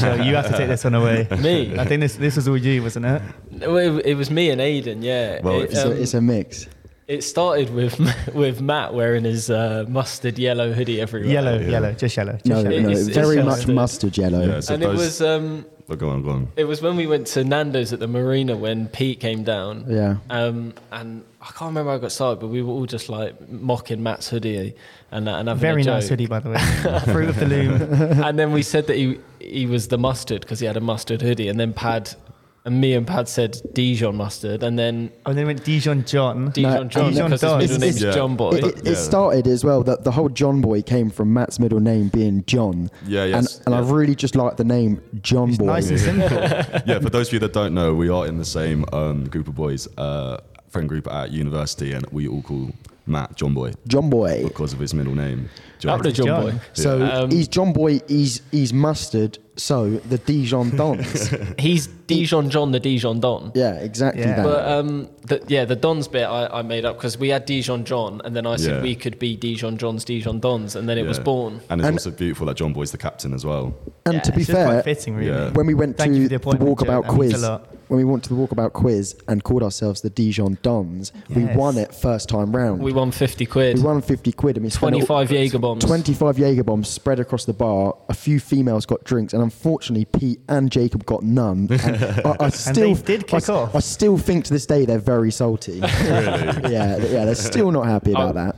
[SPEAKER 3] so you have to take this one away.
[SPEAKER 2] Me.
[SPEAKER 3] I think this this was all you, wasn't it?
[SPEAKER 2] No, It, it was me and Aiden. Yeah.
[SPEAKER 4] Well,
[SPEAKER 2] it,
[SPEAKER 1] It's,
[SPEAKER 2] um,
[SPEAKER 1] a, it's a mix.
[SPEAKER 2] it started with with Matt wearing his uh, mustard yellow hoodie everywhere.
[SPEAKER 3] Yellow, yellow, just yellow. Just
[SPEAKER 1] No,
[SPEAKER 3] yellow.
[SPEAKER 1] no,
[SPEAKER 2] It's- it's
[SPEAKER 1] very
[SPEAKER 2] just
[SPEAKER 1] much
[SPEAKER 2] that-
[SPEAKER 1] mustard yellow.
[SPEAKER 4] Yeah, so
[SPEAKER 2] and it
[SPEAKER 4] those-
[SPEAKER 2] was um,
[SPEAKER 4] Oh, go on, go on.
[SPEAKER 2] it was when we went to Nando's at the marina when Pete came down.
[SPEAKER 1] Yeah.
[SPEAKER 2] Um, and I can't remember how I got started, but we were all just like mocking Matt's hoodie and and having
[SPEAKER 3] Very
[SPEAKER 2] a joke.
[SPEAKER 3] nice hoodie, by the way. Fruit of the loom.
[SPEAKER 2] and then we said that he he was the mustard because he had a mustard hoodie, and then Pad and me and Pad said Dijon mustard, and then
[SPEAKER 3] And then went Dijon John.
[SPEAKER 2] Dijon John
[SPEAKER 1] Dijon
[SPEAKER 2] because his
[SPEAKER 3] Don.
[SPEAKER 2] middle name's
[SPEAKER 1] It's-
[SPEAKER 2] John Boy.
[SPEAKER 1] It, it,
[SPEAKER 4] Yeah.
[SPEAKER 1] it started as well that the whole John boy came from Matt's middle name being John.
[SPEAKER 4] Yeah, yes,
[SPEAKER 1] And, and
[SPEAKER 4] yeah.
[SPEAKER 1] I really just like the name John
[SPEAKER 3] It's
[SPEAKER 1] boy.
[SPEAKER 3] nice and simple.
[SPEAKER 4] yeah, for those of you that don't know, we are in the same um, group of boys, uh, friend group at university, and we all call Matt John Boy
[SPEAKER 1] John boy.
[SPEAKER 4] because of his middle name.
[SPEAKER 2] Up the John,
[SPEAKER 3] John.
[SPEAKER 2] Boy.
[SPEAKER 1] So
[SPEAKER 2] Um,
[SPEAKER 1] he's John boy. He's he's mustard. So the Dijon Dons.
[SPEAKER 2] He's Dijon John, the Dijon Don.
[SPEAKER 1] yeah, exactly
[SPEAKER 3] Yeah.
[SPEAKER 1] that.
[SPEAKER 2] But um, the, yeah, the Dons bit I, I made up because we had Dijon John, and then I said
[SPEAKER 4] Yeah.
[SPEAKER 2] we could be Dijon John's Dijon Dons, and then it was
[SPEAKER 4] Yeah.
[SPEAKER 2] born.
[SPEAKER 4] And it's
[SPEAKER 1] And-
[SPEAKER 4] also beautiful that John Boy's the captain as well.
[SPEAKER 1] and
[SPEAKER 2] yeah,
[SPEAKER 1] to be
[SPEAKER 3] It's just quite
[SPEAKER 1] fair,
[SPEAKER 3] fitting, really.
[SPEAKER 4] Yeah.
[SPEAKER 1] when we went
[SPEAKER 3] Thank
[SPEAKER 1] to
[SPEAKER 3] you for the
[SPEAKER 1] the
[SPEAKER 3] appointment, Joe.
[SPEAKER 1] walkabout
[SPEAKER 3] That means
[SPEAKER 1] quiz,
[SPEAKER 3] a lot.
[SPEAKER 1] when we went to the walkabout quiz and called ourselves the Dijon Dons, we
[SPEAKER 3] Yes.
[SPEAKER 1] won it first time round.
[SPEAKER 2] We won 50 quid.
[SPEAKER 1] We won 50 quid and we spent it all-
[SPEAKER 2] 25 Jaeger bombs.
[SPEAKER 1] 25 Jaeger bombs spread across the bar. A few females got drinks, and unfortunately, Pete and Jacob got none. And I, I still
[SPEAKER 3] they did
[SPEAKER 1] I,
[SPEAKER 3] kick off.
[SPEAKER 1] I still think to this day they're very salty. yeah, th- yeah, they're still not happy about that.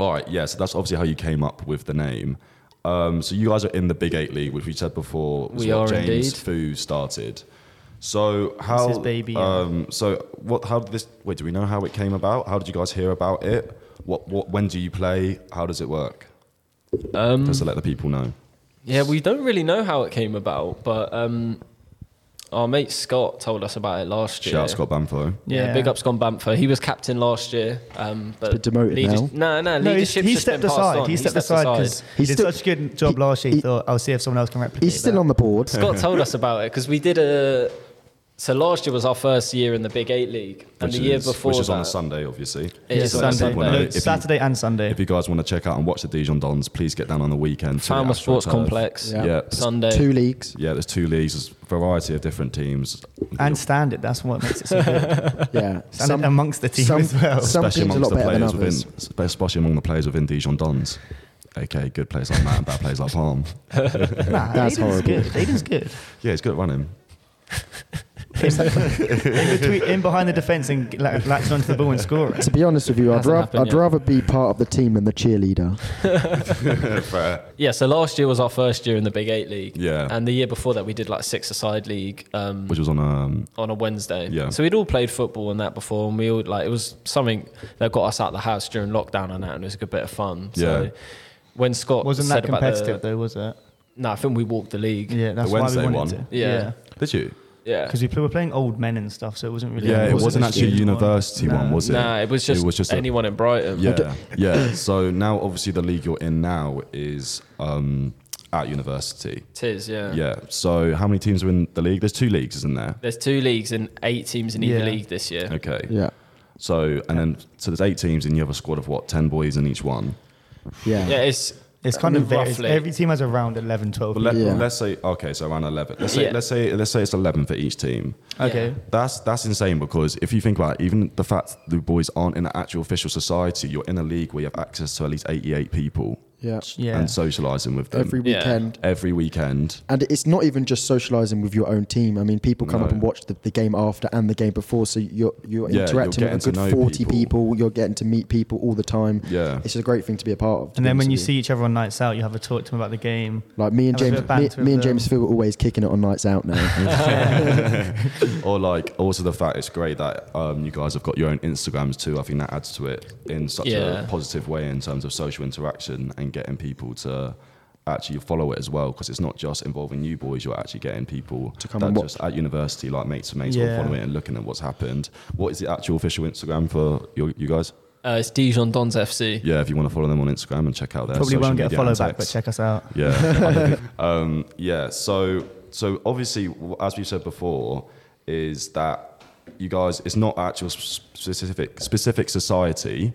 [SPEAKER 4] All right, yeah, so that's obviously how you came up with the name. Um, so you guys are in the Big Eight League, which we said before was
[SPEAKER 2] We
[SPEAKER 4] what
[SPEAKER 2] are
[SPEAKER 4] James
[SPEAKER 2] indeed.
[SPEAKER 4] Fu started. So how
[SPEAKER 3] his baby, yeah.
[SPEAKER 4] um, so what how did this wait, do we know how it came about? How did you guys hear about it? What what when do you play? How does it work?
[SPEAKER 2] Um,
[SPEAKER 4] Just to let the people know.
[SPEAKER 2] yeah, we don't really know how it came about, but um, our mate Scott told us about it last year.
[SPEAKER 4] Shout out Scott Banfo.
[SPEAKER 2] Yeah,
[SPEAKER 3] Yeah.
[SPEAKER 2] big ups Gone Bamford. He was captain last year, um, but
[SPEAKER 1] been demoted
[SPEAKER 2] leaders- No, no,
[SPEAKER 3] No, he's-
[SPEAKER 2] leadership's
[SPEAKER 3] he
[SPEAKER 2] just
[SPEAKER 3] stepped
[SPEAKER 2] been passed
[SPEAKER 3] aside.
[SPEAKER 2] on.
[SPEAKER 3] He stepped aside because he
[SPEAKER 1] He's
[SPEAKER 3] did
[SPEAKER 1] still-
[SPEAKER 3] such a good job
[SPEAKER 1] he-
[SPEAKER 3] last year. He,
[SPEAKER 1] he-
[SPEAKER 3] thought, "I'll see if someone else can replicate."
[SPEAKER 1] He's still
[SPEAKER 3] that."
[SPEAKER 1] on the board.
[SPEAKER 2] Scott told us about it because we did a. So last year was our first year in the Big Eight League, and
[SPEAKER 4] Which
[SPEAKER 2] the year
[SPEAKER 4] is,
[SPEAKER 2] before
[SPEAKER 4] which is on a
[SPEAKER 2] that-
[SPEAKER 4] Sunday, obviously.
[SPEAKER 2] It
[SPEAKER 3] Yeah,
[SPEAKER 2] is on a
[SPEAKER 3] Sunday,
[SPEAKER 2] Sunday.
[SPEAKER 4] Well, no,
[SPEAKER 3] no,
[SPEAKER 4] if you-
[SPEAKER 3] Saturday and Sunday.
[SPEAKER 4] If you guys want to check out and watch the Dijon Dons, please get down on the weekend. to the
[SPEAKER 2] Falmouth Sports
[SPEAKER 4] AstroTurf.
[SPEAKER 2] Complex.
[SPEAKER 1] Yeah.
[SPEAKER 4] Yeah.
[SPEAKER 2] Sunday.
[SPEAKER 1] Two leagues.
[SPEAKER 4] Yeah, there's two leagues, there's a variety of different teams.
[SPEAKER 3] and stand it. That's what makes it so good.
[SPEAKER 1] Yeah,
[SPEAKER 3] Stand it amongst the team as well.
[SPEAKER 1] Some
[SPEAKER 4] especially
[SPEAKER 1] teams a lot
[SPEAKER 4] amongst the
[SPEAKER 1] better than
[SPEAKER 4] players
[SPEAKER 1] others.
[SPEAKER 4] within, especially among the players within Dijon Dons. Okay, good players like Matt and bad players like Palm.
[SPEAKER 3] Nah,
[SPEAKER 1] That's
[SPEAKER 3] Aiden's
[SPEAKER 1] horrible.
[SPEAKER 3] good. Aiden's good.
[SPEAKER 4] Yeah, it's good running.
[SPEAKER 3] In, between, in behind the defence and la- latching onto the ball and scoring.
[SPEAKER 1] To be honest with you, I'd,
[SPEAKER 2] Hasn't
[SPEAKER 1] ra-
[SPEAKER 2] happened
[SPEAKER 1] I'd
[SPEAKER 2] yet.
[SPEAKER 1] rather be part of the team than the cheerleader.
[SPEAKER 2] Yeah, so last year was our first year in the Big Eight League.
[SPEAKER 4] Yeah.
[SPEAKER 2] And the year before that, we did like six aside league um,
[SPEAKER 4] Which was on um,
[SPEAKER 2] on a Wednesday.
[SPEAKER 4] Yeah.
[SPEAKER 2] So we'd all played football and that before, and we all like it was something that got us out of the house during lockdown and that, and it was a good bit of fun. So
[SPEAKER 4] Yeah.
[SPEAKER 2] when Scott
[SPEAKER 3] Wasn't
[SPEAKER 2] said
[SPEAKER 3] that
[SPEAKER 2] about the-
[SPEAKER 3] competitive though, was it?
[SPEAKER 2] no, I think we walked the league.
[SPEAKER 3] Yeah, that's
[SPEAKER 4] The
[SPEAKER 3] why
[SPEAKER 4] Wednesday
[SPEAKER 3] we wanted
[SPEAKER 4] one?
[SPEAKER 3] to.
[SPEAKER 2] Yeah.
[SPEAKER 4] Did you?
[SPEAKER 2] Yeah.
[SPEAKER 3] Because we play, were playing old men and stuff, so it wasn't really.
[SPEAKER 4] Yeah, it
[SPEAKER 3] wasn't
[SPEAKER 4] wasn't
[SPEAKER 3] a
[SPEAKER 4] actually a
[SPEAKER 3] huge
[SPEAKER 4] university one,
[SPEAKER 3] No.
[SPEAKER 4] was it?
[SPEAKER 2] Nah, it was just,
[SPEAKER 4] a-
[SPEAKER 2] anyone in Brighton.
[SPEAKER 4] yeah, yeah. So now, obviously, the league you're in now is um, at university.
[SPEAKER 2] Tis, yeah.
[SPEAKER 4] Yeah. So how many teams are in the league? There's two leagues, isn't there?
[SPEAKER 2] There's two leagues and eight teams in either
[SPEAKER 3] Yeah.
[SPEAKER 2] league this year.
[SPEAKER 4] Okay.
[SPEAKER 1] Yeah,
[SPEAKER 4] So and then so there's eight teams, and you have a squad of what ten boys in each one.
[SPEAKER 1] yeah.
[SPEAKER 2] Yeah, it's
[SPEAKER 3] It's kind
[SPEAKER 2] I mean,
[SPEAKER 3] of varies.
[SPEAKER 2] roughly.
[SPEAKER 3] every team has around 11, 12.
[SPEAKER 4] But let,
[SPEAKER 1] Yeah.
[SPEAKER 4] let's say okay, so around eleven. Let's say
[SPEAKER 2] Yeah.
[SPEAKER 4] let's say let's say it's eleven for each team.
[SPEAKER 3] okay,
[SPEAKER 4] That's that's insane because if you think about it, even the fact the boys aren't in an actual official society, you're in a league where you have access to at least 88 people
[SPEAKER 1] yeah.
[SPEAKER 3] yeah.
[SPEAKER 4] and socializing with them
[SPEAKER 1] Every
[SPEAKER 4] every,
[SPEAKER 2] Yeah.
[SPEAKER 1] weekend.
[SPEAKER 4] weekend.
[SPEAKER 1] And it's not even just socializing with your own team. I mean, people come
[SPEAKER 4] No.
[SPEAKER 1] up and watch the, the game after and the game before, so you're you're
[SPEAKER 4] Yeah,
[SPEAKER 1] interacting
[SPEAKER 4] you're
[SPEAKER 1] with a
[SPEAKER 4] getting to
[SPEAKER 1] good
[SPEAKER 4] know
[SPEAKER 1] forty
[SPEAKER 4] people.
[SPEAKER 1] people. You're getting to meet people all the time.
[SPEAKER 4] Yeah.
[SPEAKER 1] It's a great thing to be a part of. to
[SPEAKER 3] and
[SPEAKER 1] be
[SPEAKER 3] then when you
[SPEAKER 1] honest with
[SPEAKER 3] see each other on nights out, you have a talk to them about the game.
[SPEAKER 1] like me and
[SPEAKER 3] have a
[SPEAKER 1] James,
[SPEAKER 3] bit of banter
[SPEAKER 1] me, me and
[SPEAKER 3] with them.
[SPEAKER 1] James Phil are always kicking it on nights out now.
[SPEAKER 4] or like also the fact it's great that um, you guys have got your own Instagrams too. I think that adds to it in such
[SPEAKER 2] Yeah.
[SPEAKER 4] a positive way in terms of social interaction and getting people to actually follow it as well because it's not just involving you boys you're actually getting people
[SPEAKER 1] To come
[SPEAKER 4] that
[SPEAKER 1] and watch.
[SPEAKER 4] just at university like mates and mates
[SPEAKER 3] Yeah.
[SPEAKER 4] will follow it and looking at what's happened what is the actual official instagram for your, you guys
[SPEAKER 2] uh, it's Dijon Dons FC.
[SPEAKER 4] yeah, if you want to follow them on Instagram and check out their
[SPEAKER 3] Probably
[SPEAKER 4] social
[SPEAKER 3] won't get a
[SPEAKER 4] media
[SPEAKER 3] follow
[SPEAKER 4] and
[SPEAKER 3] back, but
[SPEAKER 4] text.
[SPEAKER 3] check us out.
[SPEAKER 4] Yeah, I don't think- um, yeah. So, so obviously, w- as we said before, is that you guys? It's not actual s- specific specific society,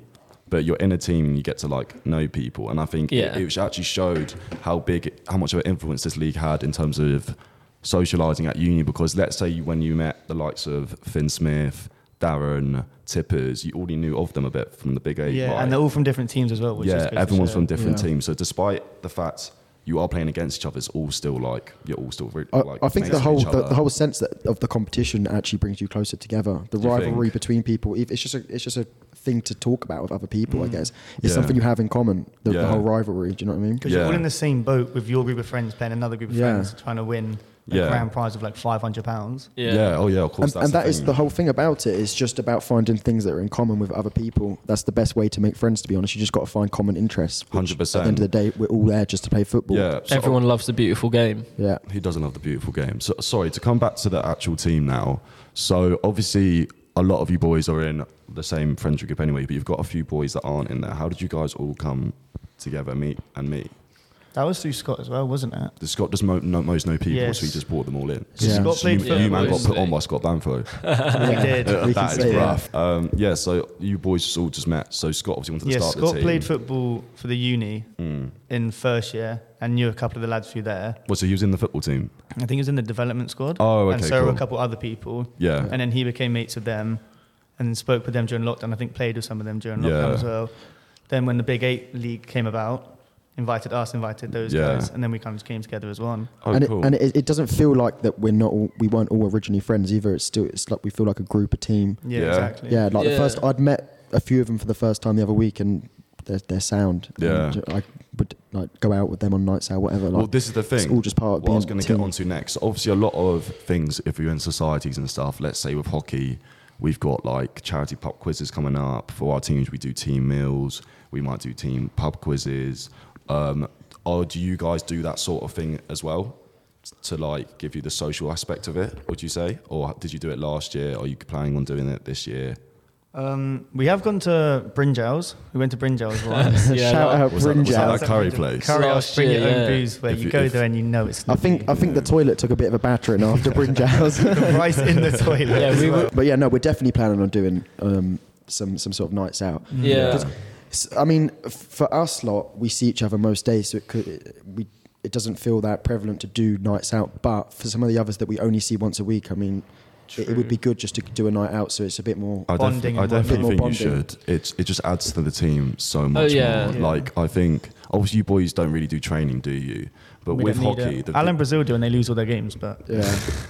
[SPEAKER 4] but you're in a team and you get to like know people. And I think
[SPEAKER 2] Yeah.
[SPEAKER 4] it, it actually showed how big, how much of an influence this league had in terms of socializing at uni. Because let's say you, when you met the likes of Finn Smith. Darren, Tippers, you already knew of them a bit from the big eight.
[SPEAKER 3] Yeah,
[SPEAKER 4] right?
[SPEAKER 3] and they're all from different teams as well. Which is
[SPEAKER 4] yeah,
[SPEAKER 3] good to
[SPEAKER 4] everyone's
[SPEAKER 3] show.
[SPEAKER 4] from different
[SPEAKER 1] Yeah.
[SPEAKER 4] teams. So despite the fact you are playing against each other, it's all still like you're all still really,
[SPEAKER 1] I,
[SPEAKER 4] like.
[SPEAKER 1] I think
[SPEAKER 4] mates
[SPEAKER 1] the
[SPEAKER 4] with
[SPEAKER 1] whole
[SPEAKER 4] each
[SPEAKER 1] the,
[SPEAKER 4] other.
[SPEAKER 1] the whole sense that of the competition actually brings you closer together. The
[SPEAKER 4] Do you
[SPEAKER 1] rivalry
[SPEAKER 4] think?
[SPEAKER 1] between people. if- It's just a, it's just a thing to talk about with other people. I guess it's
[SPEAKER 4] Mm. Yeah.
[SPEAKER 1] something you have in common. The, the
[SPEAKER 4] Yeah.
[SPEAKER 1] whole rivalry. Do you know what I mean?
[SPEAKER 3] Because
[SPEAKER 4] Yeah.
[SPEAKER 3] you're all in the same boat with your group of friends playing another group of
[SPEAKER 1] Yeah.
[SPEAKER 3] friends trying to win a
[SPEAKER 4] Yeah.
[SPEAKER 3] grand prize of like five hundred pounds.
[SPEAKER 4] yeah. oh yeah, of course.
[SPEAKER 1] and, and
[SPEAKER 4] that's
[SPEAKER 1] that
[SPEAKER 4] the
[SPEAKER 1] is
[SPEAKER 4] thing.
[SPEAKER 1] the whole thing about it. It's just about finding things that are in common with other people. That's the best way to make friends. To be honest, you just got to find common interests. which
[SPEAKER 4] 100%.
[SPEAKER 1] At the end of the day, we're all there just to play football.
[SPEAKER 4] yeah. so-
[SPEAKER 2] Everyone loves the beautiful game.
[SPEAKER 1] yeah.
[SPEAKER 4] He doesn't love the beautiful game. So sorry to come back to the actual team now. So obviously, a lot of you boys are in the same friendship group anyway, but you've got a few boys that aren't in there. How did you guys all come together, meet and meet?
[SPEAKER 3] That was through Scott as well, wasn't it?
[SPEAKER 4] The Scott just mo- no, most no people,
[SPEAKER 3] Yes.
[SPEAKER 4] so he just brought them all in.
[SPEAKER 1] Yeah.
[SPEAKER 3] Scott
[SPEAKER 4] So you,
[SPEAKER 3] played for
[SPEAKER 4] you man got
[SPEAKER 2] obviously.
[SPEAKER 4] put on by Scott Banford.
[SPEAKER 3] We did.
[SPEAKER 1] Yeah. We can
[SPEAKER 4] that
[SPEAKER 1] say
[SPEAKER 4] is
[SPEAKER 1] that.
[SPEAKER 4] rough. Um, yeah, so you boys just all just met. So Scott obviously wanted to
[SPEAKER 3] Yeah,
[SPEAKER 4] start
[SPEAKER 3] Scott
[SPEAKER 4] the team. Hmm.
[SPEAKER 3] played football for the uni in first year and knew a couple of the lads through there.
[SPEAKER 4] Well, so he was in the football team.
[SPEAKER 3] I think he was in the development squad.
[SPEAKER 4] Oh,
[SPEAKER 3] And
[SPEAKER 4] okay,
[SPEAKER 3] so were a
[SPEAKER 4] cool.
[SPEAKER 3] couple other people.
[SPEAKER 4] Yeah.
[SPEAKER 3] And then he became mates with them and spoke with them during lockdown. I think played with some of them during lockdown
[SPEAKER 4] Yeah.
[SPEAKER 3] as well. Then when the Big Eight League came about, invited us, invited those
[SPEAKER 4] Yeah.
[SPEAKER 3] guys, and then we kind of just came together as one.
[SPEAKER 4] Oh,
[SPEAKER 1] and
[SPEAKER 4] cool.
[SPEAKER 1] it, and it, it doesn't feel like that we're not all, we weren't all originally friends either. It's still it's like we feel like a group, a team.
[SPEAKER 3] Yeah,
[SPEAKER 4] Yeah.
[SPEAKER 3] exactly.
[SPEAKER 1] Yeah, like
[SPEAKER 2] Yeah.
[SPEAKER 1] the first I'd met a few of them for the first time the other week, and their their sound.
[SPEAKER 4] Yeah.
[SPEAKER 1] and I would like go out with them on nights out, whatever. Like,
[SPEAKER 4] well, this is the thing.
[SPEAKER 1] it's all just part of
[SPEAKER 4] what I was
[SPEAKER 1] being
[SPEAKER 4] going
[SPEAKER 1] a
[SPEAKER 4] to get
[SPEAKER 1] team.
[SPEAKER 4] onto next. Obviously, a lot of things, if you're in societies and stuff, let's say with hockey, we've got like charity pub quizzes coming up. For our teams, we do team meals, we might do team pub quizzes. Um, or do you guys do that sort of thing as well? To like give you the social aspect of it, would you say, or did you do it last year? Are you planning on doing it this year?
[SPEAKER 3] Um, we have gone to Brinjals. We went to Brinjals once.
[SPEAKER 2] Yeah,
[SPEAKER 1] Shout
[SPEAKER 2] like-
[SPEAKER 1] out
[SPEAKER 4] Was that, was that,
[SPEAKER 1] Brinjal.
[SPEAKER 4] that curry place?
[SPEAKER 3] Curry
[SPEAKER 2] Last
[SPEAKER 3] house, bring
[SPEAKER 2] year,
[SPEAKER 3] your own
[SPEAKER 2] yeah.
[SPEAKER 3] booze, where
[SPEAKER 4] If
[SPEAKER 3] you,
[SPEAKER 4] you-
[SPEAKER 3] go
[SPEAKER 4] if-
[SPEAKER 3] there and you know it's
[SPEAKER 1] I think I think the toilet took a bit of a battering after Brinjal's.
[SPEAKER 3] the rice in the toilet.
[SPEAKER 2] Yeah,
[SPEAKER 3] as
[SPEAKER 2] we
[SPEAKER 3] well.
[SPEAKER 2] were-
[SPEAKER 1] But yeah, no, we're definitely planning on doing um, some some sort of nights out.
[SPEAKER 4] Mm.
[SPEAKER 2] Yeah.
[SPEAKER 1] S- I mean, f- for us lot, we see each other most days, so it could we it doesn't feel that prevalent to do nights out. But for some of the others that we only see once a week, I mean, it, it would be good just to do a night out, so it's a bit more.
[SPEAKER 4] I
[SPEAKER 3] bonding and
[SPEAKER 4] definitely, I
[SPEAKER 3] more
[SPEAKER 4] definitely think
[SPEAKER 1] bonding.
[SPEAKER 4] you should. It it just adds to the team so much
[SPEAKER 2] yeah.
[SPEAKER 4] more.
[SPEAKER 3] Yeah.
[SPEAKER 4] Like I think obviously you boys don't really do training, do you? But
[SPEAKER 3] We
[SPEAKER 4] with
[SPEAKER 3] don't need
[SPEAKER 4] hockey,
[SPEAKER 3] it.
[SPEAKER 4] the,
[SPEAKER 3] Alan Brazil do, and they lose all their games, but
[SPEAKER 1] Yeah,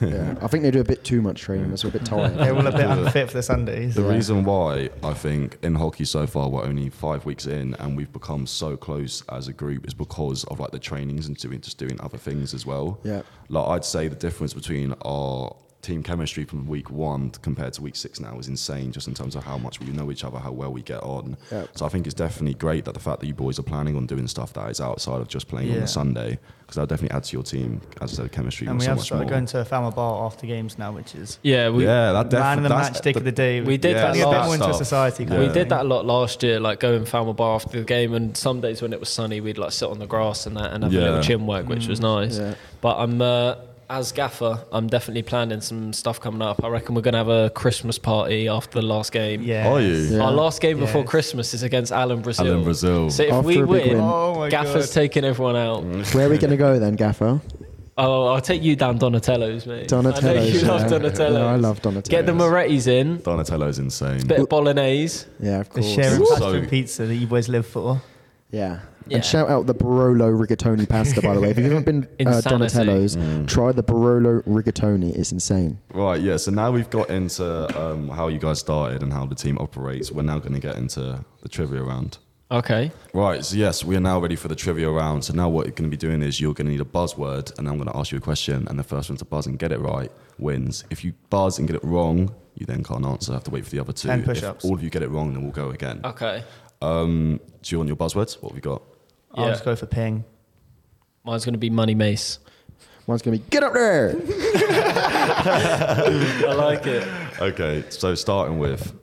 [SPEAKER 1] yeah. I think they do a bit too much training. That's a bit tired.
[SPEAKER 3] they're all a bit
[SPEAKER 4] Yeah.
[SPEAKER 3] unfit for the Sundays.
[SPEAKER 4] the reason why I think in hockey so far we're only five weeks in and we've become so close as a group is because of like the trainings and doing just doing other things as well.
[SPEAKER 1] Yeah.
[SPEAKER 4] Like I'd say the difference between our team chemistry from week one compared to week six now is insane just in terms of how much we know each other, how well we get on.
[SPEAKER 1] Yeah.
[SPEAKER 4] So I think it's definitely great that the fact that you boys are planning on doing stuff that is outside of just playing on
[SPEAKER 3] Yeah.
[SPEAKER 4] the Sunday because that'll definitely add to your team, as I said, chemistry
[SPEAKER 3] And we
[SPEAKER 4] so
[SPEAKER 3] have
[SPEAKER 4] much
[SPEAKER 3] started
[SPEAKER 4] more.
[SPEAKER 3] going to a Fama Bar after games now, which is
[SPEAKER 2] Yeah, we
[SPEAKER 4] yeah, that definitely
[SPEAKER 3] man of the match, dick of the day.
[SPEAKER 2] We did
[SPEAKER 3] turning
[SPEAKER 2] that
[SPEAKER 3] a bit
[SPEAKER 2] last
[SPEAKER 3] more into a
[SPEAKER 4] stuff.
[SPEAKER 3] society. kind
[SPEAKER 2] we
[SPEAKER 3] of
[SPEAKER 2] did
[SPEAKER 3] thing.
[SPEAKER 2] that a lot last year, like going Falmer Bar after the game, and some days when it was sunny, we'd like sit on the grass and that and have a
[SPEAKER 4] Yeah.
[SPEAKER 2] little chin work, which was nice.
[SPEAKER 1] Mm. Yeah.
[SPEAKER 2] But I'm uh, as gaffer, I'm definitely planning some stuff coming up. I reckon we're gonna have a Christmas party after the last game.
[SPEAKER 3] Yeah.
[SPEAKER 4] Are Oh, you?
[SPEAKER 1] Yeah.
[SPEAKER 2] Our last game before
[SPEAKER 3] Yes.
[SPEAKER 2] Christmas is against Alan Brazil.
[SPEAKER 4] Alan Brazil.
[SPEAKER 2] So if
[SPEAKER 1] After
[SPEAKER 2] we
[SPEAKER 1] a big
[SPEAKER 2] win,
[SPEAKER 1] win.
[SPEAKER 3] Oh my
[SPEAKER 2] Gaffer's
[SPEAKER 3] God.
[SPEAKER 2] taking everyone out.
[SPEAKER 1] Where are we going to go then, Gaffer?
[SPEAKER 2] Oh, I'll take you down Donatello's, mate.
[SPEAKER 1] Donatello's.
[SPEAKER 2] I know you love
[SPEAKER 1] yeah.
[SPEAKER 2] Donatello's.
[SPEAKER 1] Yeah, I love Donatello's.
[SPEAKER 2] Get the Moretti's in,
[SPEAKER 4] Donatello's insane.
[SPEAKER 2] bit of bolognese.
[SPEAKER 1] Yeah, of
[SPEAKER 3] The
[SPEAKER 1] course.
[SPEAKER 3] sharing
[SPEAKER 4] Cool.
[SPEAKER 3] pasta
[SPEAKER 4] So-
[SPEAKER 3] and pizza that you boys live for.
[SPEAKER 1] Yeah.
[SPEAKER 2] Yeah.
[SPEAKER 1] And shout out the Barolo rigatoni pasta, by the way. If you've ever been uh,
[SPEAKER 2] Insanity.
[SPEAKER 1] Donatello's,
[SPEAKER 2] Mm.
[SPEAKER 1] try the Barolo rigatoni. It's insane.
[SPEAKER 4] Right, yeah. So now we've got into um, how you guys started and how the team operates. We're now going to get into the trivia round.
[SPEAKER 2] Okay.
[SPEAKER 4] Right, so yes, we are now ready for the trivia round. So now what you're going to be doing is you're going to need a buzzword, and I'm going to ask you a question, and the first one to buzz and get it right wins. If you buzz and get it wrong, you then can't answer. have to wait for the other two.
[SPEAKER 3] And
[SPEAKER 4] If
[SPEAKER 3] push-ups.
[SPEAKER 4] all of you get it wrong, then we'll go again.
[SPEAKER 2] Okay.
[SPEAKER 4] Um, do you want your buzzwords? What have we got?
[SPEAKER 3] I'll
[SPEAKER 2] Yeah.
[SPEAKER 3] just go for ping.
[SPEAKER 2] Mine's going to be Money Mace.
[SPEAKER 1] One's going to be, get up there!
[SPEAKER 2] I like it.
[SPEAKER 4] Okay, so starting with,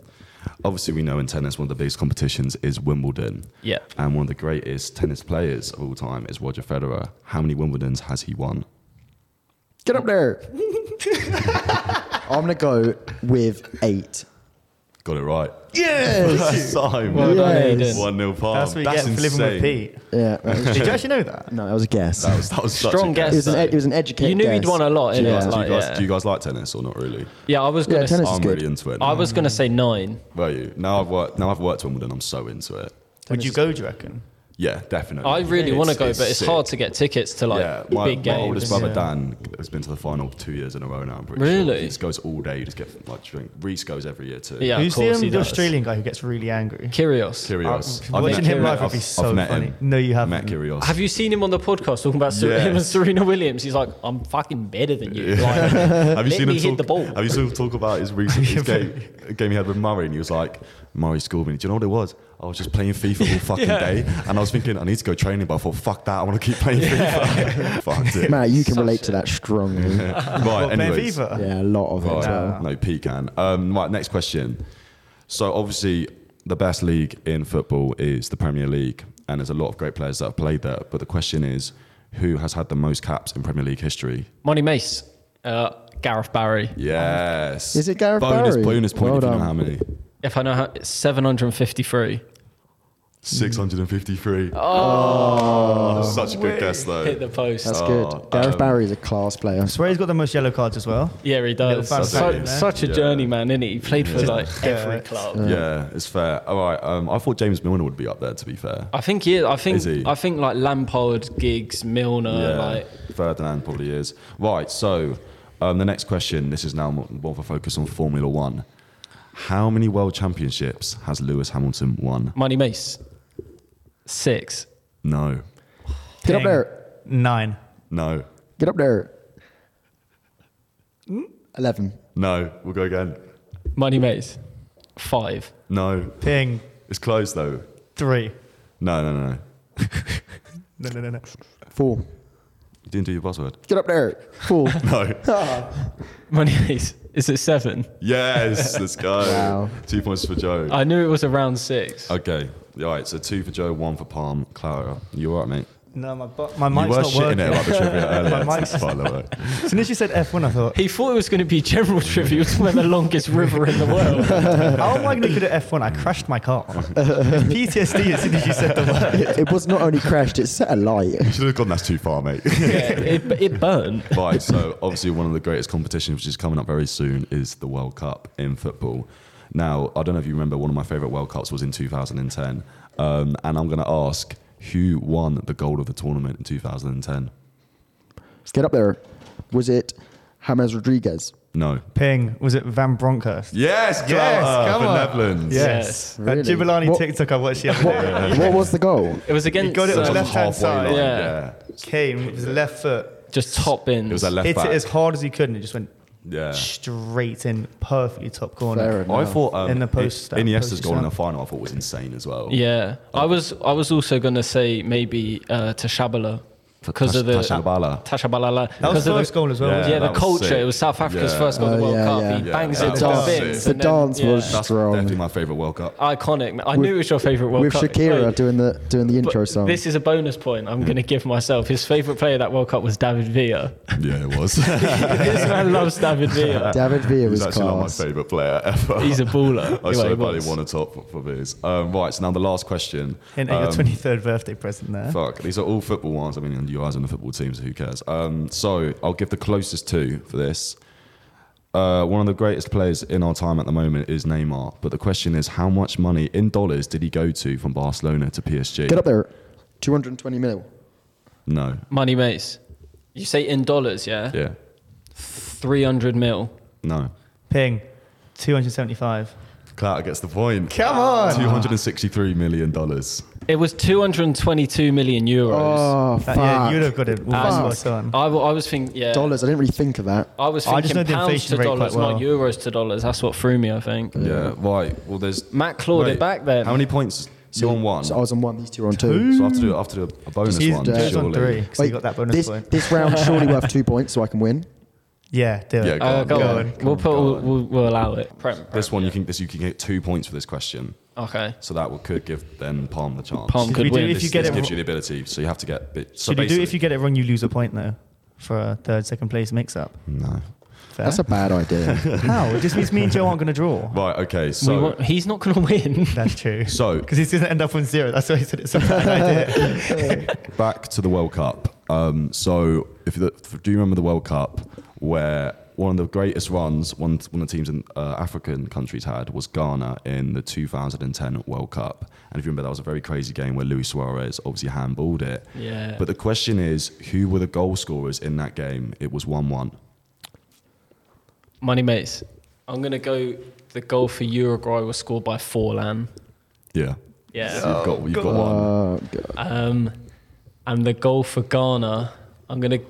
[SPEAKER 4] obviously we know in tennis one of the biggest competitions is Wimbledon.
[SPEAKER 2] Yeah.
[SPEAKER 4] And one of the greatest tennis players of all time is Roger Federer. How many Wimbledons has he won?
[SPEAKER 1] Get up there! I'm going to go with eight.
[SPEAKER 4] Got it right.
[SPEAKER 1] Yes!
[SPEAKER 4] First time.
[SPEAKER 2] Well done,
[SPEAKER 1] Yes.
[SPEAKER 2] Aiden.
[SPEAKER 4] One nil palm.
[SPEAKER 3] That's what you get for living with Pete.
[SPEAKER 1] yeah. that was-
[SPEAKER 3] Did you actually know that?
[SPEAKER 1] no, that was a guess.
[SPEAKER 4] That was, that was such
[SPEAKER 2] Strong
[SPEAKER 4] a
[SPEAKER 1] it,
[SPEAKER 2] guess.
[SPEAKER 1] was an, ed- it was an educated
[SPEAKER 2] You knew
[SPEAKER 1] guess.
[SPEAKER 2] he'd won a lot in
[SPEAKER 4] Do you,
[SPEAKER 2] yeah.
[SPEAKER 4] guys, do, you
[SPEAKER 2] like,
[SPEAKER 4] guys,
[SPEAKER 2] yeah.
[SPEAKER 4] do you guys like tennis or not really?
[SPEAKER 2] yeah, I was
[SPEAKER 1] Yeah,
[SPEAKER 2] gonna.
[SPEAKER 1] tennis
[SPEAKER 2] s-
[SPEAKER 1] is
[SPEAKER 4] I'm
[SPEAKER 1] good.
[SPEAKER 4] really into it.
[SPEAKER 2] I was gonna say nine.
[SPEAKER 4] Were you? Now I've worked. Now I've worked Wimbledon. I'm so into it.
[SPEAKER 3] Would you go? Do you reckon?
[SPEAKER 4] Yeah, definitely.
[SPEAKER 2] I really want to go, but it's
[SPEAKER 4] sick.
[SPEAKER 2] hard to get tickets to like
[SPEAKER 4] yeah, my,
[SPEAKER 2] big
[SPEAKER 4] my
[SPEAKER 2] games.
[SPEAKER 4] oldest brother
[SPEAKER 3] Yeah.
[SPEAKER 4] Dan has been to the final two years in a row now. I'm pretty sure.
[SPEAKER 2] Really?
[SPEAKER 4] He just goes all day. He just gets like drink. Reese goes every year too.
[SPEAKER 2] Yeah,
[SPEAKER 3] Who's
[SPEAKER 2] of course
[SPEAKER 3] the,
[SPEAKER 2] he
[SPEAKER 3] um, the
[SPEAKER 2] does.
[SPEAKER 3] Australian guy who gets really angry?
[SPEAKER 2] Kyrgios.
[SPEAKER 4] Curious.
[SPEAKER 3] Uh, watching him live would be so funny. No, you haven't.
[SPEAKER 4] Met Curious.
[SPEAKER 2] Have you seen him on the podcast talking about Ser-
[SPEAKER 4] Yes.
[SPEAKER 2] him and Serena Williams? He's like, I'm fucking better than you. Like,
[SPEAKER 4] Have you
[SPEAKER 2] Uh, let
[SPEAKER 4] seen
[SPEAKER 2] me
[SPEAKER 4] him
[SPEAKER 2] hit
[SPEAKER 4] talk?
[SPEAKER 2] the ball.
[SPEAKER 4] Have you seen him talk about his recent his game, game he had with Murray? And he was like, "Murray scored me." Do you know what it was? I was just playing FIFA all fucking day, and I was thinking I need to go training, but I thought, "Fuck that! I want to keep playing FIFA." Fucked it.
[SPEAKER 1] Matt, you can
[SPEAKER 2] Such
[SPEAKER 1] relate
[SPEAKER 2] a-
[SPEAKER 1] to that strongly. yeah,
[SPEAKER 4] Right.
[SPEAKER 3] What, playing
[SPEAKER 4] Anyways,
[SPEAKER 3] FIFA?
[SPEAKER 1] a lot of it as well.
[SPEAKER 4] Right. No, Pete can. Um, right, next question. So obviously, the best league in football is the Premier League, and there's a lot of great players that have played there. But the question is, who has had the most caps in Premier League history?
[SPEAKER 2] Monty Mace, uh, Gareth Barry.
[SPEAKER 4] Yes.
[SPEAKER 1] Is it Gareth
[SPEAKER 4] bonus,
[SPEAKER 1] Barry?
[SPEAKER 4] Bonus point
[SPEAKER 1] Well
[SPEAKER 4] if you know
[SPEAKER 1] done.
[SPEAKER 4] how many.
[SPEAKER 2] If I know how, it's 753.
[SPEAKER 4] 653. Oh, such a good guess, though.
[SPEAKER 2] Hit the post.
[SPEAKER 1] That's
[SPEAKER 4] Oh,
[SPEAKER 1] good. Gareth
[SPEAKER 4] um,
[SPEAKER 1] Barry is a class player.
[SPEAKER 3] Swear he's got the most yellow cards as well.
[SPEAKER 2] yeah, he
[SPEAKER 3] Little
[SPEAKER 2] does.
[SPEAKER 3] fan fact
[SPEAKER 2] Such,
[SPEAKER 3] in there.
[SPEAKER 2] such a
[SPEAKER 4] Yeah.
[SPEAKER 2] journeyman, isn't he? He played for
[SPEAKER 4] Yeah.
[SPEAKER 2] like every
[SPEAKER 3] Yeah.
[SPEAKER 2] club.
[SPEAKER 4] yeah, it's fair. All right. Um, I thought James Milner would be up there, to be fair.
[SPEAKER 2] I think he is. I think
[SPEAKER 4] Is he?
[SPEAKER 2] I think like Lampard, Giggs, Milner, Uh, like
[SPEAKER 4] Ferdinand probably is. Right, so um, the next question. This is now more more of a focus on Formula One. How many world championships has Lewis Hamilton won?
[SPEAKER 2] Monty Mace. Six.
[SPEAKER 4] No,
[SPEAKER 1] Get up
[SPEAKER 3] Dang.
[SPEAKER 1] there.
[SPEAKER 3] Nine.
[SPEAKER 4] no,
[SPEAKER 1] Get up there. Eleven.
[SPEAKER 4] no. We'll go again.
[SPEAKER 2] Monty Mace. Five.
[SPEAKER 4] No,
[SPEAKER 3] Ping.
[SPEAKER 4] it's close though.
[SPEAKER 3] Three.
[SPEAKER 4] No, no, no. no.
[SPEAKER 3] No, no, no, no.
[SPEAKER 1] Four.
[SPEAKER 4] You didn't do your buzzword.
[SPEAKER 1] Get up there. Four.
[SPEAKER 4] No.
[SPEAKER 2] Monty Mace. Is it seven?
[SPEAKER 4] yes, let's go.
[SPEAKER 1] Wow.
[SPEAKER 4] Two points for Joe.
[SPEAKER 2] I knew it was around six.
[SPEAKER 4] okay. All right. So two for Joe, one for Palm. Clara, you all right, mate?
[SPEAKER 3] No, my, bu- my
[SPEAKER 4] you were
[SPEAKER 3] mic's
[SPEAKER 4] shitting
[SPEAKER 3] not
[SPEAKER 4] it
[SPEAKER 3] working.
[SPEAKER 4] about the trivia earlier.
[SPEAKER 3] My mic's-
[SPEAKER 4] By the way.
[SPEAKER 3] As soon as you said F1, I thought,
[SPEAKER 2] He thought it was going to be general trivia. It was about the longest river in the world.
[SPEAKER 3] how am I going to get at F1? I crashed my car. It's PTSD as soon as you said the word.
[SPEAKER 1] it, it was not only crashed, it set alight.
[SPEAKER 4] You should have gone. That's too far, mate.
[SPEAKER 2] Yeah, it, it burnt.
[SPEAKER 4] Right, so obviously one of the greatest competitions which is coming up very soon is the World Cup in football. Now, I don't know if you remember, one of my favourite World Cups was in 2010. Um, and I'm going to ask, who won the gold of the tournament in 2010?
[SPEAKER 1] Get up there. Was it James Rodriguez?
[SPEAKER 4] No.
[SPEAKER 3] Ping. Was it Van Bronckhorst?
[SPEAKER 4] Yes,
[SPEAKER 3] Yes,
[SPEAKER 4] Clara,
[SPEAKER 3] come
[SPEAKER 4] for
[SPEAKER 3] on.
[SPEAKER 4] Netherlands.
[SPEAKER 2] Yes.
[SPEAKER 3] Yes.
[SPEAKER 1] Really?
[SPEAKER 3] That Jubilani
[SPEAKER 1] What-
[SPEAKER 3] TikTok I watched the other day.
[SPEAKER 1] What was the goal?
[SPEAKER 2] It was against
[SPEAKER 3] He got it
[SPEAKER 4] It was
[SPEAKER 3] on
[SPEAKER 4] on the
[SPEAKER 2] uh,
[SPEAKER 3] left. left-hand
[SPEAKER 4] halfway
[SPEAKER 3] side.
[SPEAKER 4] line,
[SPEAKER 2] Yeah.
[SPEAKER 4] yeah.
[SPEAKER 3] Kane with his left foot.
[SPEAKER 2] just top bins.
[SPEAKER 4] It was that left
[SPEAKER 3] hit
[SPEAKER 4] back.
[SPEAKER 3] it as hard as he could and it just went
[SPEAKER 4] yeah.
[SPEAKER 3] straight in, perfectly top corner.
[SPEAKER 1] Fair enough.
[SPEAKER 4] I thought um,
[SPEAKER 3] In the
[SPEAKER 1] uh,
[SPEAKER 3] post-
[SPEAKER 4] Iniesta's
[SPEAKER 3] post
[SPEAKER 4] goal in the
[SPEAKER 3] stamp.
[SPEAKER 4] final I thought was insane as well.
[SPEAKER 2] Yeah, I was I was also gonna say maybe uh, Tashabala because of the
[SPEAKER 4] Tashabala.
[SPEAKER 2] Tashabala
[SPEAKER 3] That
[SPEAKER 2] because
[SPEAKER 3] was the
[SPEAKER 2] of
[SPEAKER 3] first goal as well. wasn't
[SPEAKER 2] Yeah,
[SPEAKER 4] that
[SPEAKER 2] the
[SPEAKER 4] was
[SPEAKER 2] culture.
[SPEAKER 4] sick.
[SPEAKER 2] It was South Africa's
[SPEAKER 4] Yeah.
[SPEAKER 2] first goal of the
[SPEAKER 1] Oh,
[SPEAKER 2] World
[SPEAKER 1] yeah,
[SPEAKER 2] Cup.
[SPEAKER 1] yeah.
[SPEAKER 2] He
[SPEAKER 1] Yeah,
[SPEAKER 2] bangs
[SPEAKER 4] that
[SPEAKER 2] it
[SPEAKER 4] was
[SPEAKER 2] to the
[SPEAKER 4] sick.
[SPEAKER 2] bins.
[SPEAKER 1] The
[SPEAKER 2] and then-
[SPEAKER 1] dance was-
[SPEAKER 4] That's
[SPEAKER 1] Strong.
[SPEAKER 4] definitely my favourite World Cup.
[SPEAKER 2] iconic. I knew it was your favorite World
[SPEAKER 1] With
[SPEAKER 2] Cup.
[SPEAKER 1] Shakira
[SPEAKER 2] Wait,
[SPEAKER 1] doing the doing the
[SPEAKER 2] but
[SPEAKER 1] intro song.
[SPEAKER 2] This is a bonus point I'm going to give myself. His favourite player that World Cup was David Villa.
[SPEAKER 4] Yeah, it was.
[SPEAKER 2] this man loves David Villa.
[SPEAKER 1] David Villa
[SPEAKER 4] He's
[SPEAKER 1] was
[SPEAKER 4] actually not my
[SPEAKER 1] class.
[SPEAKER 4] favourite player ever.
[SPEAKER 2] He's a baller.
[SPEAKER 4] I
[SPEAKER 2] Anyway,
[SPEAKER 4] so
[SPEAKER 2] he
[SPEAKER 4] badly
[SPEAKER 2] was.
[SPEAKER 4] want to top for this. Um, right, so now the last question.
[SPEAKER 3] Hint at
[SPEAKER 4] Um,
[SPEAKER 3] your 23rd birthday present there.
[SPEAKER 4] fuck, these are all football ones. I mean, you guys on the football team, so who cares? Um, so I'll give the closest two for this. Uh, one of the greatest players in our time at the moment is Neymar. But the question is, how much money in dollars did he go to from Barcelona to PSG?
[SPEAKER 1] Get up there. 220 mil.
[SPEAKER 4] No.
[SPEAKER 2] Money Mace. You say in dollars, yeah?
[SPEAKER 4] Yeah.
[SPEAKER 2] 300 mil.
[SPEAKER 4] No.
[SPEAKER 3] Ping. 275.
[SPEAKER 4] Carter gets the point.
[SPEAKER 3] Come on.
[SPEAKER 4] $263 million. dollars.
[SPEAKER 2] It was 222 million euros.
[SPEAKER 1] Oh,
[SPEAKER 3] That-
[SPEAKER 1] fuck.
[SPEAKER 3] yeah, you'd have got it.
[SPEAKER 2] Fuck.
[SPEAKER 3] Well, on.
[SPEAKER 2] I, w- I was thinking, yeah.
[SPEAKER 1] Oh. Dollars. I didn't really think of that.
[SPEAKER 2] I was
[SPEAKER 3] Oh, I
[SPEAKER 2] thinking
[SPEAKER 3] just know the
[SPEAKER 2] pounds to
[SPEAKER 3] inflation rate quite
[SPEAKER 2] dollars,
[SPEAKER 3] well.
[SPEAKER 2] not euros to dollars. That's what threw me, I think.
[SPEAKER 4] Yeah, right. Well, there's
[SPEAKER 2] Matt clawed it
[SPEAKER 4] Wait,
[SPEAKER 2] back then.
[SPEAKER 4] How many points? So, on one.
[SPEAKER 1] So
[SPEAKER 4] So,
[SPEAKER 1] I was on one. These two are on two.
[SPEAKER 4] I have to do I have to do a bonus
[SPEAKER 3] He's
[SPEAKER 4] one.
[SPEAKER 3] Joe's
[SPEAKER 4] surely.
[SPEAKER 3] on three because he got that bonus
[SPEAKER 1] this,
[SPEAKER 3] point.
[SPEAKER 1] this round surely worth two points, so I can win.
[SPEAKER 3] Yeah, do it.
[SPEAKER 4] Yeah, go
[SPEAKER 2] Uh,
[SPEAKER 4] on.
[SPEAKER 2] go
[SPEAKER 3] Go
[SPEAKER 2] on.
[SPEAKER 3] on.
[SPEAKER 2] We'll, put,
[SPEAKER 4] Go
[SPEAKER 2] we'll,
[SPEAKER 4] on.
[SPEAKER 2] we'll, we'll allow it. Prem,
[SPEAKER 4] This one you can this you can get two points for this question,
[SPEAKER 2] Okay.
[SPEAKER 4] so that will, could give then Palm the chance.
[SPEAKER 2] Palm
[SPEAKER 3] Should
[SPEAKER 2] could
[SPEAKER 3] we do
[SPEAKER 2] win.
[SPEAKER 3] if
[SPEAKER 4] This,
[SPEAKER 3] you get
[SPEAKER 4] this
[SPEAKER 3] it
[SPEAKER 4] gives
[SPEAKER 3] wr-
[SPEAKER 4] you the ability, so you have to get. bit- So
[SPEAKER 3] Should you do it if
[SPEAKER 4] basically-
[SPEAKER 3] you get it wrong, you lose a point though for a third, second place mix up?
[SPEAKER 4] No.
[SPEAKER 3] Fair.
[SPEAKER 1] That's a bad idea.
[SPEAKER 3] How? It just means me and Joe aren't going to draw.
[SPEAKER 4] Right. Okay.
[SPEAKER 2] We
[SPEAKER 4] So
[SPEAKER 2] want- he's not going to win.
[SPEAKER 3] That's true.
[SPEAKER 4] so
[SPEAKER 3] Because he's going to end up on zero. That's why he said it's a bad idea.
[SPEAKER 4] back to the World Cup. Um, so if you do you remember the World Cup where one of the greatest runs one one of the teams in uh, African countries had was Ghana in the 2010 World Cup, and if you remember that was a very crazy game where Luis Suarez obviously handballed it.
[SPEAKER 2] Yeah.
[SPEAKER 4] But the question is, who were the goal scorers in that game? It was one-one.
[SPEAKER 2] Money mates. I'm going to go the goal for Uruguay was scored by Forlan.
[SPEAKER 4] Yeah.
[SPEAKER 2] Yeah.
[SPEAKER 4] So you've got you've got one.
[SPEAKER 1] Uh, g-
[SPEAKER 2] Um, and the goal for Ghana, I'm going to.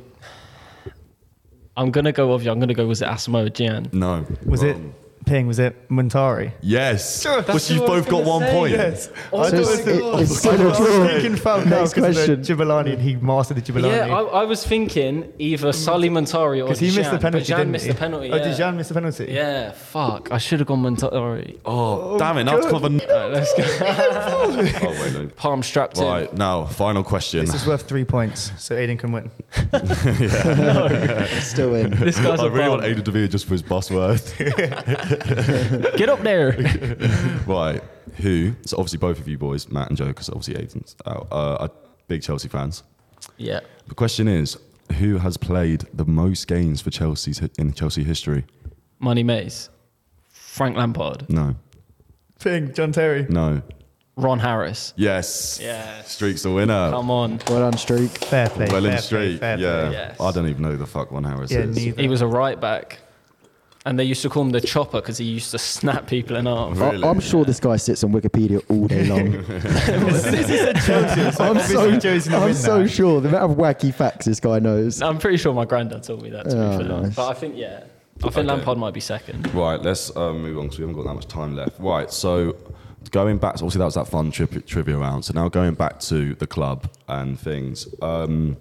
[SPEAKER 2] I'm gonna go with you. I'm gonna go. Was it Asamoah Gyan?
[SPEAKER 4] No.
[SPEAKER 3] Was it
[SPEAKER 4] wrong.
[SPEAKER 3] ping? Was it Montari?
[SPEAKER 4] Yes.
[SPEAKER 3] Sure, that's
[SPEAKER 4] but you've
[SPEAKER 2] what I was
[SPEAKER 4] both got
[SPEAKER 2] gonna
[SPEAKER 4] one
[SPEAKER 2] say.
[SPEAKER 4] point.
[SPEAKER 3] Yes.
[SPEAKER 2] Oh
[SPEAKER 1] So
[SPEAKER 3] I thought
[SPEAKER 1] it's-
[SPEAKER 3] it was-
[SPEAKER 1] it- it's
[SPEAKER 3] I
[SPEAKER 1] still a
[SPEAKER 3] was
[SPEAKER 1] draw.
[SPEAKER 3] thinking Falcao
[SPEAKER 1] Next
[SPEAKER 3] 'cause of the
[SPEAKER 1] question.
[SPEAKER 3] Gibellani and he mastered the Gibellani.
[SPEAKER 2] Yeah, I, I was thinking either Sully Montari or
[SPEAKER 3] Because he missed the
[SPEAKER 2] Dejan,
[SPEAKER 3] penalty.
[SPEAKER 2] But Jan
[SPEAKER 3] didn't
[SPEAKER 2] missed
[SPEAKER 3] he?
[SPEAKER 2] the penalty.
[SPEAKER 3] Oh,
[SPEAKER 2] yeah.
[SPEAKER 3] did Jan miss the penalty?
[SPEAKER 2] Yeah, fuck. I should have gone Montari.
[SPEAKER 4] Oh, damn it. Now it's kind of a.
[SPEAKER 2] Right, let's go.
[SPEAKER 4] Oh, wait, no.
[SPEAKER 2] Palm strapped in.
[SPEAKER 4] Right, now, final question.
[SPEAKER 3] This is worth three points, so Aiden can win.
[SPEAKER 1] Still in.
[SPEAKER 2] This guy's
[SPEAKER 4] I
[SPEAKER 2] a
[SPEAKER 4] really
[SPEAKER 2] bum.
[SPEAKER 4] want Ada to be just for his buzzword.
[SPEAKER 2] Get up there.
[SPEAKER 4] Right. Who? So obviously both of you boys, Matt and Joe, because obviously Aiden's out, uh, are big Chelsea fans.
[SPEAKER 2] yeah.
[SPEAKER 4] The question is, who has played the most games for Chelsea's in Chelsea history?
[SPEAKER 2] Money Mays. Frank Lampard.
[SPEAKER 4] No.
[SPEAKER 3] Ping, John Terry.
[SPEAKER 4] No.
[SPEAKER 2] Ron Harris.
[SPEAKER 4] Yes.
[SPEAKER 2] Yes.
[SPEAKER 4] Streak's the winner.
[SPEAKER 2] Come on.
[SPEAKER 1] Well done, streak.
[SPEAKER 3] Fair play.
[SPEAKER 4] well
[SPEAKER 3] fair
[SPEAKER 4] in
[SPEAKER 3] play,
[SPEAKER 4] streak.
[SPEAKER 3] fair play.
[SPEAKER 4] yeah.
[SPEAKER 2] Yes.
[SPEAKER 4] I don't even know who the fuck one Harris
[SPEAKER 3] Yeah,
[SPEAKER 4] is.
[SPEAKER 3] neither.
[SPEAKER 2] He was a right back. And they used to call him the chopper because he used to snap people in half.
[SPEAKER 1] I-
[SPEAKER 4] Really?
[SPEAKER 1] I'm sure this guy sits on Wikipedia all day long. I'm so, I'm so sure the amount of wacky facts this guy knows.
[SPEAKER 2] I'm pretty sure my granddad told me that. To
[SPEAKER 4] Ah,
[SPEAKER 1] Oh,
[SPEAKER 2] be fair.
[SPEAKER 1] nice.
[SPEAKER 2] But I think yeah, I think
[SPEAKER 4] Okay.
[SPEAKER 2] Lampard might be second.
[SPEAKER 4] Right, let's um, move on because we haven't got that much time left. Right, so going back, obviously that was that fun tri- trivia round. So now going back to the club and things. Um,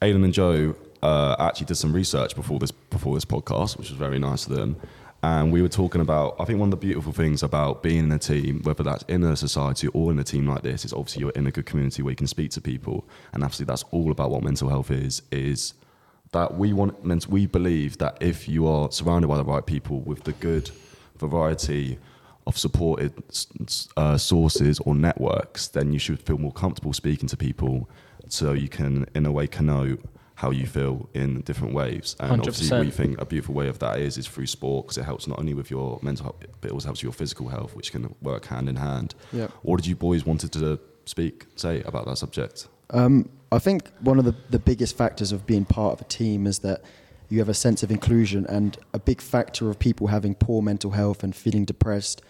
[SPEAKER 4] Aidan and Joe uh, actually did some research before this before this podcast, which was very nice of them. And we were talking about, I think one of the beautiful things about being in a team, whether that's in a society or in a team like this, is obviously you're in a good community where you can speak to people. And obviously that's all about what mental health is, is that we want meant we believe that if you are surrounded by the right people with the good variety of supported s- s- uh, sources or networks, then you should feel more comfortable speaking to people, so you can in a way connote how you feel in different ways. And obviously,
[SPEAKER 2] 100%.
[SPEAKER 4] we think a beautiful way of that is is through sport because it helps not only with your mental health, but it also helps your physical health, which can work hand in hand.
[SPEAKER 1] Yeah.
[SPEAKER 4] What did you boys wanted to speak say about that subject?
[SPEAKER 1] Um, I think one of the, the biggest factors of being part of a team is that you have a sense of inclusion, and a big factor of people having poor mental health and feeling depressed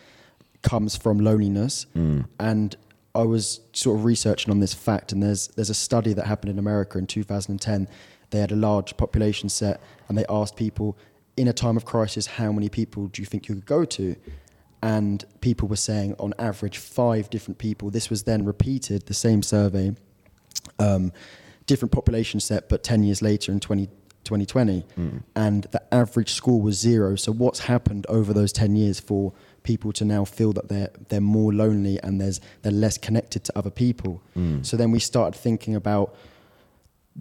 [SPEAKER 1] comes from loneliness. And I was sort of researching on this fact, and there's there's a study that happened in America in 2010. They had a large population set, and they asked people in a time of crisis, how many people do you think you could go to? And people were saying, on average, five different people. This was then repeated, the same survey, um, different population set, but 10 years later in 20, 2020. And the average score was zero. So, what's happened over those 10 years for people to now feel that they're, they're more lonely and there's, they're less connected to other people? So, then we started thinking about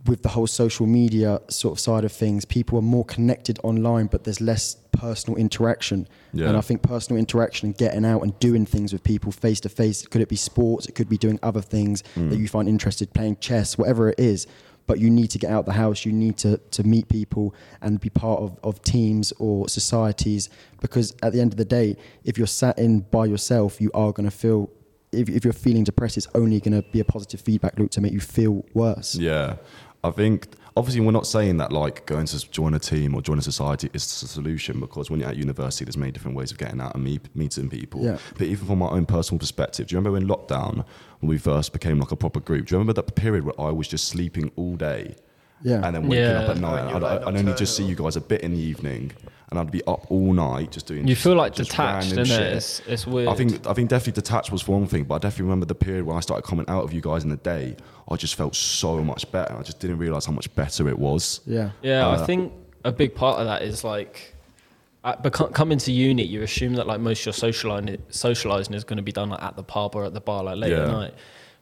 [SPEAKER 1] with the whole social media sort of side of things, people are more connected online, but there's less personal interaction.
[SPEAKER 4] Yeah.
[SPEAKER 1] And I think personal interaction and getting out and doing things with people face to face, could it be sports, it could be doing other things
[SPEAKER 4] Mm.
[SPEAKER 1] that you find interested, playing chess, whatever it is. But you need to get out the house, you need to, to meet people and be part of, of teams or societies because at the end of the day, if you're sat in by yourself, you are going to feel. If, if you're feeling depressed, it's only going to be a positive feedback loop to make you feel worse.
[SPEAKER 4] Yeah, I think obviously we're not saying that like going to join a team or join a society is the solution because when you're at university, there's many different ways of getting out and meet, meeting people.
[SPEAKER 1] Yeah.
[SPEAKER 4] But even from my own personal perspective, do you remember in lockdown when we first became like a proper group? Do you remember that period where I was just sleeping all day?
[SPEAKER 1] Yeah.
[SPEAKER 4] And then waking
[SPEAKER 2] Yeah.
[SPEAKER 4] up at night,
[SPEAKER 3] Oh,
[SPEAKER 4] and
[SPEAKER 3] you're
[SPEAKER 4] I'd,
[SPEAKER 3] like
[SPEAKER 4] I'd only just see you guys a bit in the evening, and I'd be up all night just doing.
[SPEAKER 2] You
[SPEAKER 4] just-
[SPEAKER 2] feel like
[SPEAKER 4] just
[SPEAKER 2] detached,
[SPEAKER 4] random
[SPEAKER 2] innit?
[SPEAKER 4] shit.
[SPEAKER 2] It's, it's weird.
[SPEAKER 4] I think I think definitely detached was one thing, but I definitely remember the period when I started coming out of you guys in the day. I just felt so much better. I just didn't realize how much better it was.
[SPEAKER 1] Yeah.
[SPEAKER 2] Yeah,
[SPEAKER 4] Uh,
[SPEAKER 2] I think a big part of that is like, at, beco- coming to uni, you assume that like most of your socializing, socializing is going to be done like at the pub or at the bar, like late at
[SPEAKER 4] Yeah.
[SPEAKER 2] night.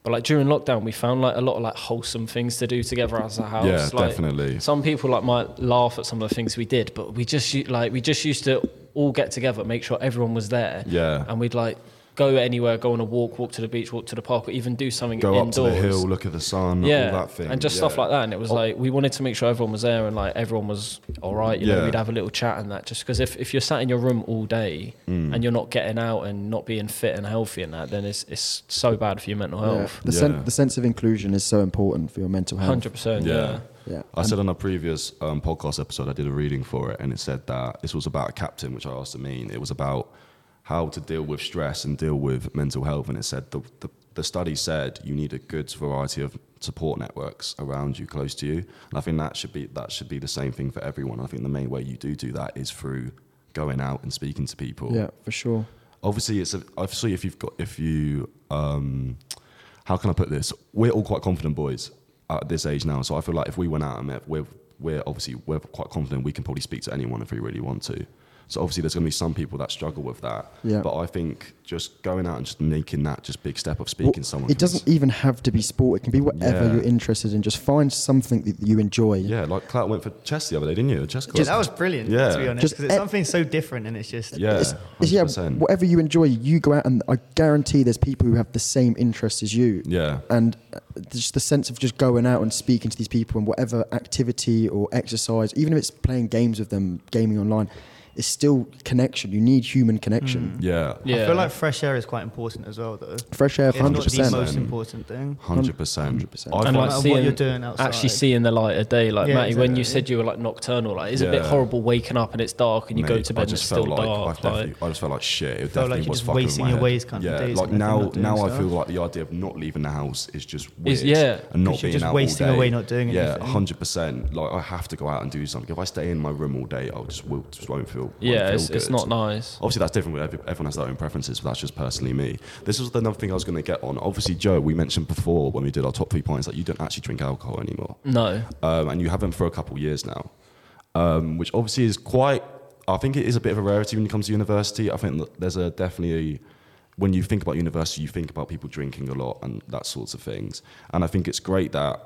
[SPEAKER 2] But like during lockdown, we found like a lot of like wholesome things to do together as a house.
[SPEAKER 4] Yeah,
[SPEAKER 2] like,
[SPEAKER 4] definitely.
[SPEAKER 2] Some people like might laugh at some of the things we did, but we just u- like we just used to all get together, make sure everyone was there.
[SPEAKER 4] Yeah.
[SPEAKER 2] and we'd like go anywhere, go on a walk, walk to the beach, walk to the park, or even do something
[SPEAKER 4] Go
[SPEAKER 2] indoors
[SPEAKER 4] up to the hill, look at the sun,
[SPEAKER 2] yeah,
[SPEAKER 4] all that thing.
[SPEAKER 2] and just
[SPEAKER 4] Yeah. Oh.
[SPEAKER 2] stuff like that. And it was like we wanted to make sure everyone was there and like everyone was all right. You
[SPEAKER 4] Yeah.
[SPEAKER 2] know, we'd have a little chat and that. Just because if, if you're sat in your room all day
[SPEAKER 4] Mm.
[SPEAKER 2] and you're not getting out and not being fit and healthy and that, then it's it's so bad for your mental
[SPEAKER 1] Yeah.
[SPEAKER 2] health.
[SPEAKER 1] The, sen-
[SPEAKER 4] Yeah.
[SPEAKER 1] the sense of inclusion is so important for your mental health.
[SPEAKER 2] Hundred percent.
[SPEAKER 4] Yeah.
[SPEAKER 2] Yeah.
[SPEAKER 1] Yeah.
[SPEAKER 4] I said on a previous um, podcast episode, I did a reading for it, and it said that this was about a captain, which I asked to mean. It was about how to deal with stress and deal with mental health, and it said the, the, the study said you need a good variety of support networks around you, close to you, and I think that should be that should be the same thing for everyone. I think the main way you do do that is through going out and speaking to people.
[SPEAKER 1] Yeah, for sure.
[SPEAKER 4] Obviously, it's a, obviously if you've got if you um, how can I put this? We're all quite confident boys at this age now, so I feel like if we went out and met, we're we're obviously we're quite confident we can probably speak to anyone if we really want to. So obviously, there's going to be some people that struggle with that.
[SPEAKER 1] Yeah.
[SPEAKER 4] But I think just going out and just making that just big step of speaking
[SPEAKER 1] Well,
[SPEAKER 4] to someone.
[SPEAKER 1] It
[SPEAKER 4] 'cause-
[SPEAKER 1] doesn't even have to be sport. It can be whatever
[SPEAKER 4] Yeah.
[SPEAKER 1] you're interested in. Just find something that you enjoy.
[SPEAKER 4] Yeah, like Clout went for chess the other day, didn't you? A Chess club.
[SPEAKER 3] Just, that was brilliant,
[SPEAKER 4] Yeah.
[SPEAKER 3] to be honest.
[SPEAKER 1] Just
[SPEAKER 3] 'cause it's
[SPEAKER 1] e-
[SPEAKER 3] something so different, and it's just
[SPEAKER 4] yeah,
[SPEAKER 1] It's- it's- yeah,
[SPEAKER 4] 100%.
[SPEAKER 1] whatever you enjoy, you go out and I guarantee there's people who have the same interests as you.
[SPEAKER 4] Yeah.
[SPEAKER 1] And uh, just the sense of just going out and speaking to these people and whatever activity or exercise, even if it's playing games with them, gaming online, it's still connection. You need human connection.
[SPEAKER 4] Yeah,
[SPEAKER 2] Yeah.
[SPEAKER 3] I feel like fresh air is quite important as well, though.
[SPEAKER 1] Fresh air,
[SPEAKER 3] It's not
[SPEAKER 1] hundred
[SPEAKER 3] the
[SPEAKER 1] percent.
[SPEAKER 3] most important thing.
[SPEAKER 4] hundred percent.
[SPEAKER 1] 100%.
[SPEAKER 4] I
[SPEAKER 2] and
[SPEAKER 4] find-
[SPEAKER 2] like
[SPEAKER 3] matter what
[SPEAKER 2] seeing,
[SPEAKER 3] you're doing outside.
[SPEAKER 2] actually seeing the light of day, like
[SPEAKER 3] Yeah,
[SPEAKER 2] Matty, when
[SPEAKER 3] exactly.
[SPEAKER 2] you said you were like nocturnal, like it's a bit
[SPEAKER 4] Yeah.
[SPEAKER 2] horrible waking up and it's dark and you go
[SPEAKER 4] Mate,
[SPEAKER 2] to bed and it's still
[SPEAKER 4] like
[SPEAKER 2] dark.
[SPEAKER 4] I,
[SPEAKER 2] like,
[SPEAKER 4] definitely- I just felt like shit. It
[SPEAKER 3] Felt like
[SPEAKER 4] definitely
[SPEAKER 3] you're
[SPEAKER 4] was
[SPEAKER 3] just
[SPEAKER 4] fucking with
[SPEAKER 3] wasting
[SPEAKER 4] my
[SPEAKER 3] your
[SPEAKER 4] head.
[SPEAKER 3] ways kind of
[SPEAKER 4] yeah,
[SPEAKER 3] days
[SPEAKER 4] Like
[SPEAKER 3] and nothing,
[SPEAKER 4] now,
[SPEAKER 3] not doing
[SPEAKER 4] now I
[SPEAKER 3] stuff.
[SPEAKER 4] feel like the idea of not leaving the house is just weird.
[SPEAKER 2] Is- yeah.
[SPEAKER 4] and not
[SPEAKER 3] Because
[SPEAKER 4] being
[SPEAKER 3] you're just
[SPEAKER 4] out
[SPEAKER 3] wasting
[SPEAKER 4] all day.
[SPEAKER 3] away not doing
[SPEAKER 4] Yeah,
[SPEAKER 3] anything.
[SPEAKER 4] hundred percent. Like I have to go out and do something. If I stay in my room all day, I'll just will just won't feel. won't
[SPEAKER 2] yeah,
[SPEAKER 4] feel
[SPEAKER 2] it's, it's
[SPEAKER 4] good.
[SPEAKER 2] not nice.
[SPEAKER 4] Obviously, that's different. With every, everyone has their own preferences, but that's just personally me. This was another thing I was going to get on. Obviously, Joe, we mentioned before when we did our top three points that you don't actually drink alcohol anymore
[SPEAKER 2] No.
[SPEAKER 4] um, and you haven't for a couple years now, um, which obviously is quite. I think it is a bit of a rarity when it comes to university. I think that there's a definitely when you think about university, you think about people drinking a lot and that sorts of things. And I think it's great that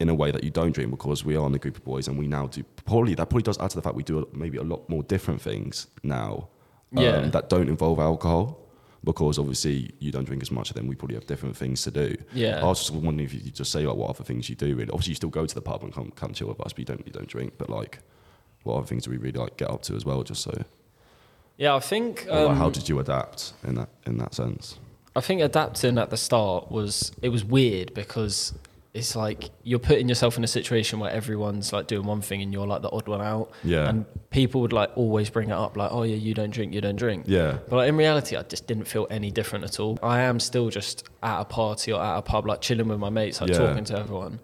[SPEAKER 4] in a way that you don't drink because we are in a group of boys and we now do probably that probably does add to the fact we do maybe a lot more different things now um,
[SPEAKER 2] Yeah.
[SPEAKER 4] that don't involve alcohol because obviously you don't drink as much then we probably have different things to do
[SPEAKER 2] Yeah.
[SPEAKER 4] I was just wondering if you could just say like what other things you do. Really, obviously you still go to the pub and come come chill with us, but you don't you don't drink. But like, what other things do we really like get up to as well? Just so,
[SPEAKER 2] Yeah, I think.
[SPEAKER 4] or, like,
[SPEAKER 2] Um,
[SPEAKER 4] how did you adapt in that in that sense?
[SPEAKER 2] I think adapting at the start was it was weird because it's like you're putting yourself in a situation where everyone's like doing one thing and you're like the odd one out.
[SPEAKER 4] Yeah.
[SPEAKER 2] And people would like always bring it up like, oh yeah, you don't drink, you don't drink.
[SPEAKER 4] Yeah.
[SPEAKER 2] But like, in reality, I just didn't feel any different at all. I am still just at a party or at a pub, like chilling with my mates, like
[SPEAKER 4] Yeah.
[SPEAKER 2] talking to everyone.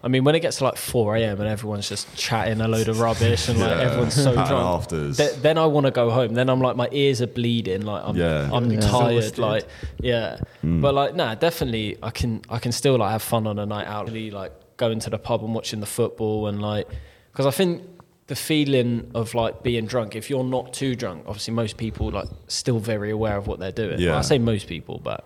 [SPEAKER 2] I mean, when it gets to like 4 a.m. and everyone's just chatting a load of rubbish and like
[SPEAKER 4] Yeah.
[SPEAKER 2] everyone's so
[SPEAKER 4] Out Uh, and
[SPEAKER 2] drunk,
[SPEAKER 4] afters.
[SPEAKER 2] th- then I want to go home. Then I'm like, my ears are bleeding. Like I'm,
[SPEAKER 4] Yeah. Hmm.
[SPEAKER 2] I'm
[SPEAKER 3] Yeah.
[SPEAKER 2] tired.
[SPEAKER 3] Exhausted.
[SPEAKER 2] Like yeah, but like nah, definitely I can I can still like have fun on a night out. Really like going to the pub and watching the football and like because I think the feeling of like being drunk if you're not too drunk. Obviously, most people like still very aware of what they're doing.
[SPEAKER 4] Yeah.
[SPEAKER 2] Well, I say most people, but.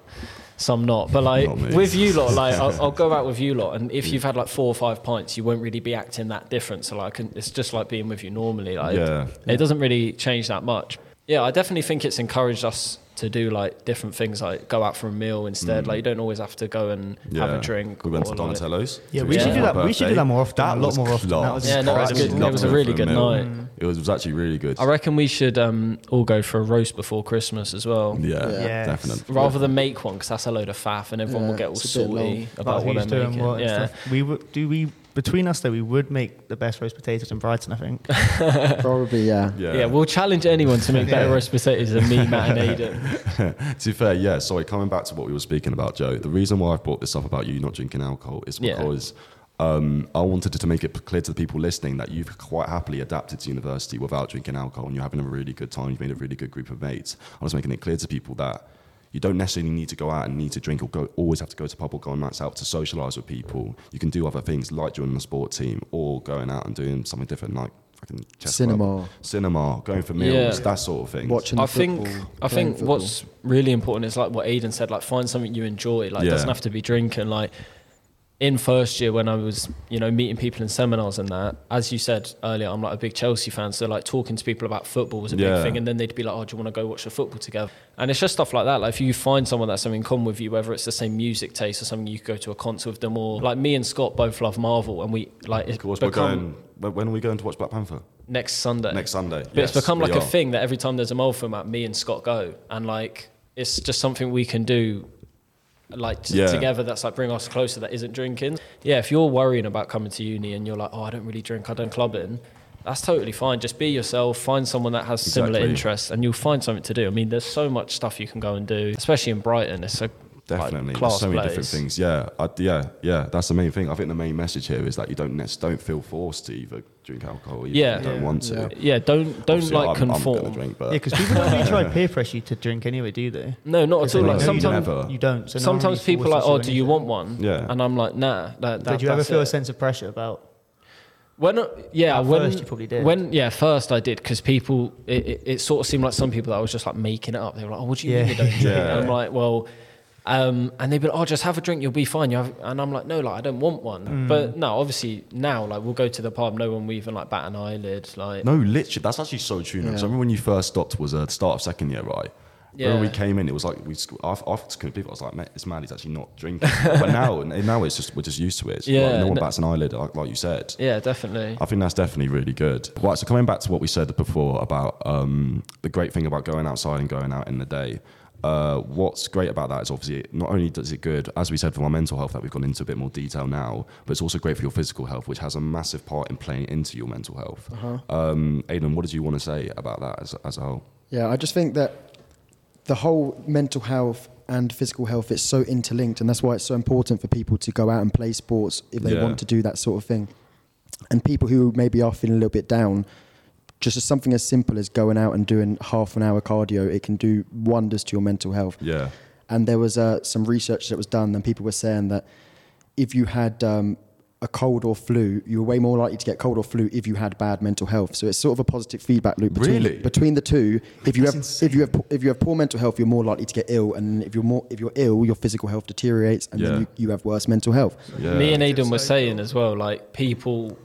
[SPEAKER 2] Some not, but like
[SPEAKER 4] Not me.
[SPEAKER 2] with you lot, like I'll, I'll go out with you lot, and if you've had like four or five pints, you won't really be acting that different. So like, I can- it's just like being with you normally. Like,
[SPEAKER 4] Yeah.
[SPEAKER 2] it doesn't really change that much. Yeah, I definitely think it's encouraged us to do like different things, like go out for a meal instead. Like you don't always have to go and
[SPEAKER 4] Mm. Yeah,
[SPEAKER 2] have a drink.
[SPEAKER 4] We went to
[SPEAKER 2] or, like-
[SPEAKER 4] Donatello's.
[SPEAKER 3] Yeah,
[SPEAKER 4] to
[SPEAKER 3] we
[SPEAKER 2] should
[SPEAKER 4] celebrate
[SPEAKER 2] do
[SPEAKER 4] my
[SPEAKER 3] that- we should do
[SPEAKER 4] birthday.
[SPEAKER 3] that more often,
[SPEAKER 4] That
[SPEAKER 3] a lot
[SPEAKER 4] was
[SPEAKER 3] more often. That
[SPEAKER 4] class.
[SPEAKER 3] was
[SPEAKER 2] Yeah, no, it was
[SPEAKER 4] I
[SPEAKER 2] good.
[SPEAKER 4] loved
[SPEAKER 2] It was a
[SPEAKER 4] going
[SPEAKER 2] really
[SPEAKER 4] for
[SPEAKER 2] good
[SPEAKER 4] meal.
[SPEAKER 2] night.
[SPEAKER 4] It was, it was actually really good.
[SPEAKER 2] I reckon we should um, all go for a roast before Christmas as well,
[SPEAKER 4] yeah,
[SPEAKER 3] Yes.
[SPEAKER 4] definitely.
[SPEAKER 2] rather than make one because that's a load of faff and everyone
[SPEAKER 1] Yeah,
[SPEAKER 2] will get all
[SPEAKER 1] it's a bit
[SPEAKER 2] salty
[SPEAKER 1] long.
[SPEAKER 2] about
[SPEAKER 3] who's
[SPEAKER 2] what they're
[SPEAKER 3] doing
[SPEAKER 2] making.
[SPEAKER 3] what and
[SPEAKER 2] yeah,
[SPEAKER 3] stuff. We would do we between us though we would make the best roast potatoes in Brighton. I think.
[SPEAKER 1] Probably yeah.
[SPEAKER 4] yeah.
[SPEAKER 2] yeah, We'll challenge anyone to make better
[SPEAKER 3] Yeah.
[SPEAKER 2] roast potatoes than me, Matt, and Aiden.
[SPEAKER 4] to be fair, yeah. Sorry, coming back to what we were speaking about, Joe. The reason why I've brought this up about you not drinking alcohol is
[SPEAKER 2] Yeah.
[SPEAKER 4] because um, I wanted to make it clear to the people listening that you've quite happily adapted to university without drinking alcohol, and you're having a really good time. You've made a really good group of mates. I was making it clear to people that you don't necessarily need to go out and need to drink or go, always have to go to pub or go on nights out to socialise with people. You can do other things like joining a sport team or going out and doing something different, like fucking chess club,
[SPEAKER 1] Cinema.
[SPEAKER 4] cinema, going for meals,
[SPEAKER 2] Yeah.
[SPEAKER 4] that sort of thing.
[SPEAKER 1] Watching
[SPEAKER 2] I
[SPEAKER 1] the football,
[SPEAKER 2] think I
[SPEAKER 1] playing
[SPEAKER 2] think
[SPEAKER 1] football.
[SPEAKER 2] what's really important is like what Aiden said, like find something you enjoy. Like it
[SPEAKER 4] Yeah.
[SPEAKER 2] doesn't have to be drinking. Like in first year when I was, you know, meeting people in seminars and that, as you said earlier, I'm like a big Chelsea fan. So like talking to people about football was a
[SPEAKER 4] Yeah.
[SPEAKER 2] big thing. And then they'd be like, Oh, do you want to go watch the football together? And it's just stuff like that. Like if you find someone that's something in common with you, whether it's the same music taste or something you could go to a concert with them or like me and Scott both love Marvel and we like it's
[SPEAKER 4] Of course,
[SPEAKER 2] become
[SPEAKER 4] we're going. when- When are we going to watch Black Panther?
[SPEAKER 2] next Sunday.
[SPEAKER 4] Next Sunday.
[SPEAKER 2] But it's become like a thing that every time there's a mole film out, me and Scott go, and like it's just something we can do, like t-
[SPEAKER 4] Yeah.
[SPEAKER 2] together. That's like bring us closer. That isn't drinking. Yeah, if you're worrying about coming to uni and you're like, oh, I don't really drink, I don't clubbing, that's totally fine. Just be yourself. Find someone that has similar
[SPEAKER 4] Exactly.
[SPEAKER 2] interests, and you'll find something to do. I mean, there's so much stuff you can go and do, especially in Brighton. It's a
[SPEAKER 4] Definitely,
[SPEAKER 2] class
[SPEAKER 4] There's so many different
[SPEAKER 2] players.
[SPEAKER 4] things. Yeah, I, yeah, yeah. That's the main thing. I think the main message here is that you don't nec- don't feel forced to either drink alcohol. If
[SPEAKER 2] Yeah.
[SPEAKER 4] you don't
[SPEAKER 3] Yeah.
[SPEAKER 4] want to.
[SPEAKER 2] Yeah, don't don't
[SPEAKER 4] Obviously,
[SPEAKER 2] like
[SPEAKER 4] I'm- I'm
[SPEAKER 2] conform.
[SPEAKER 4] gonna drink, but
[SPEAKER 3] Yeah, because people don't really try to peer pressure you to drink anyway, do they?
[SPEAKER 2] no, not at all.
[SPEAKER 4] they
[SPEAKER 2] Like
[SPEAKER 4] don't
[SPEAKER 2] sometimes
[SPEAKER 4] never.
[SPEAKER 3] you don't. So no one
[SPEAKER 2] sometimes
[SPEAKER 3] really
[SPEAKER 2] people are like,
[SPEAKER 3] forces you
[SPEAKER 2] oh,
[SPEAKER 3] or
[SPEAKER 2] do you
[SPEAKER 3] anything.
[SPEAKER 2] want one?
[SPEAKER 4] Yeah.
[SPEAKER 2] And I'm like, nah. That, that,
[SPEAKER 3] Did you ever
[SPEAKER 2] that's
[SPEAKER 3] feel
[SPEAKER 2] it.
[SPEAKER 3] a sense of pressure about?
[SPEAKER 2] When yeah,
[SPEAKER 3] At
[SPEAKER 2] when
[SPEAKER 3] first you probably did.
[SPEAKER 2] When yeah, first I did because people it, it, it sort of seemed like some people that I was just like making it up. They were like, "Oh, what do you
[SPEAKER 3] Yeah.
[SPEAKER 2] mean you don't drink?"
[SPEAKER 4] Yeah.
[SPEAKER 2] And I'm like, "Well," um, and they'd be like, "Oh, just have a drink, you'll be fine." You have, and I'm like, "No, like I don't want one."
[SPEAKER 3] Mm.
[SPEAKER 2] But no, obviously now like we'll go to the pub, no one will even like bat an eyelid. Like
[SPEAKER 4] No, literally, that's actually so true. Because I
[SPEAKER 1] Yeah.
[SPEAKER 4] remember when you first stopped was uh, the start of second year, right?
[SPEAKER 2] Yeah.
[SPEAKER 4] When we came in, it was like we. sc- I, I couldn't believe it. I was like, mate, this man is actually not drinking. but now, now it's just we're just used to it. It's like,
[SPEAKER 2] Yeah,
[SPEAKER 4] no one
[SPEAKER 2] no-
[SPEAKER 4] bats an eyelid, like, like you said.
[SPEAKER 2] yeah, definitely.
[SPEAKER 4] I think that's definitely really good. Right, so coming back to what we said before about um, the great thing about going outside and going out in the day, uh, what's great about that is obviously not only does it good, as we said, for my mental health that we've gone into a bit more detail now, but it's also great for your physical health, which has a massive part in playing into your mental health.
[SPEAKER 2] Uh-huh.
[SPEAKER 4] Um, Aidan, what did you want to say about that as, as a whole?
[SPEAKER 1] Yeah, I just think that the whole mental health and physical health is so interlinked, and that's why it's so important for people to go out and play sports if they
[SPEAKER 4] Yeah.
[SPEAKER 1] want to do that sort of thing. And people who maybe are feeling a little bit down, just as something as simple as going out and doing half an hour cardio, it can do wonders to your mental health.
[SPEAKER 4] Yeah.
[SPEAKER 1] And there was uh, some research that was done, and people were saying that if you had um, a cold or flu, you were way more likely to get cold or flu if you had bad mental health. So it's sort of a positive feedback loop between,
[SPEAKER 4] Really?
[SPEAKER 1] between the two. If you
[SPEAKER 4] That's
[SPEAKER 1] have if you have po- if you have poor mental health, you're more likely to get ill, and if you're more if you're ill, your physical health deteriorates, and
[SPEAKER 4] Yeah.
[SPEAKER 1] then you, you have worse mental health.
[SPEAKER 4] Yeah.
[SPEAKER 2] Me and Aidan were saying as well, like people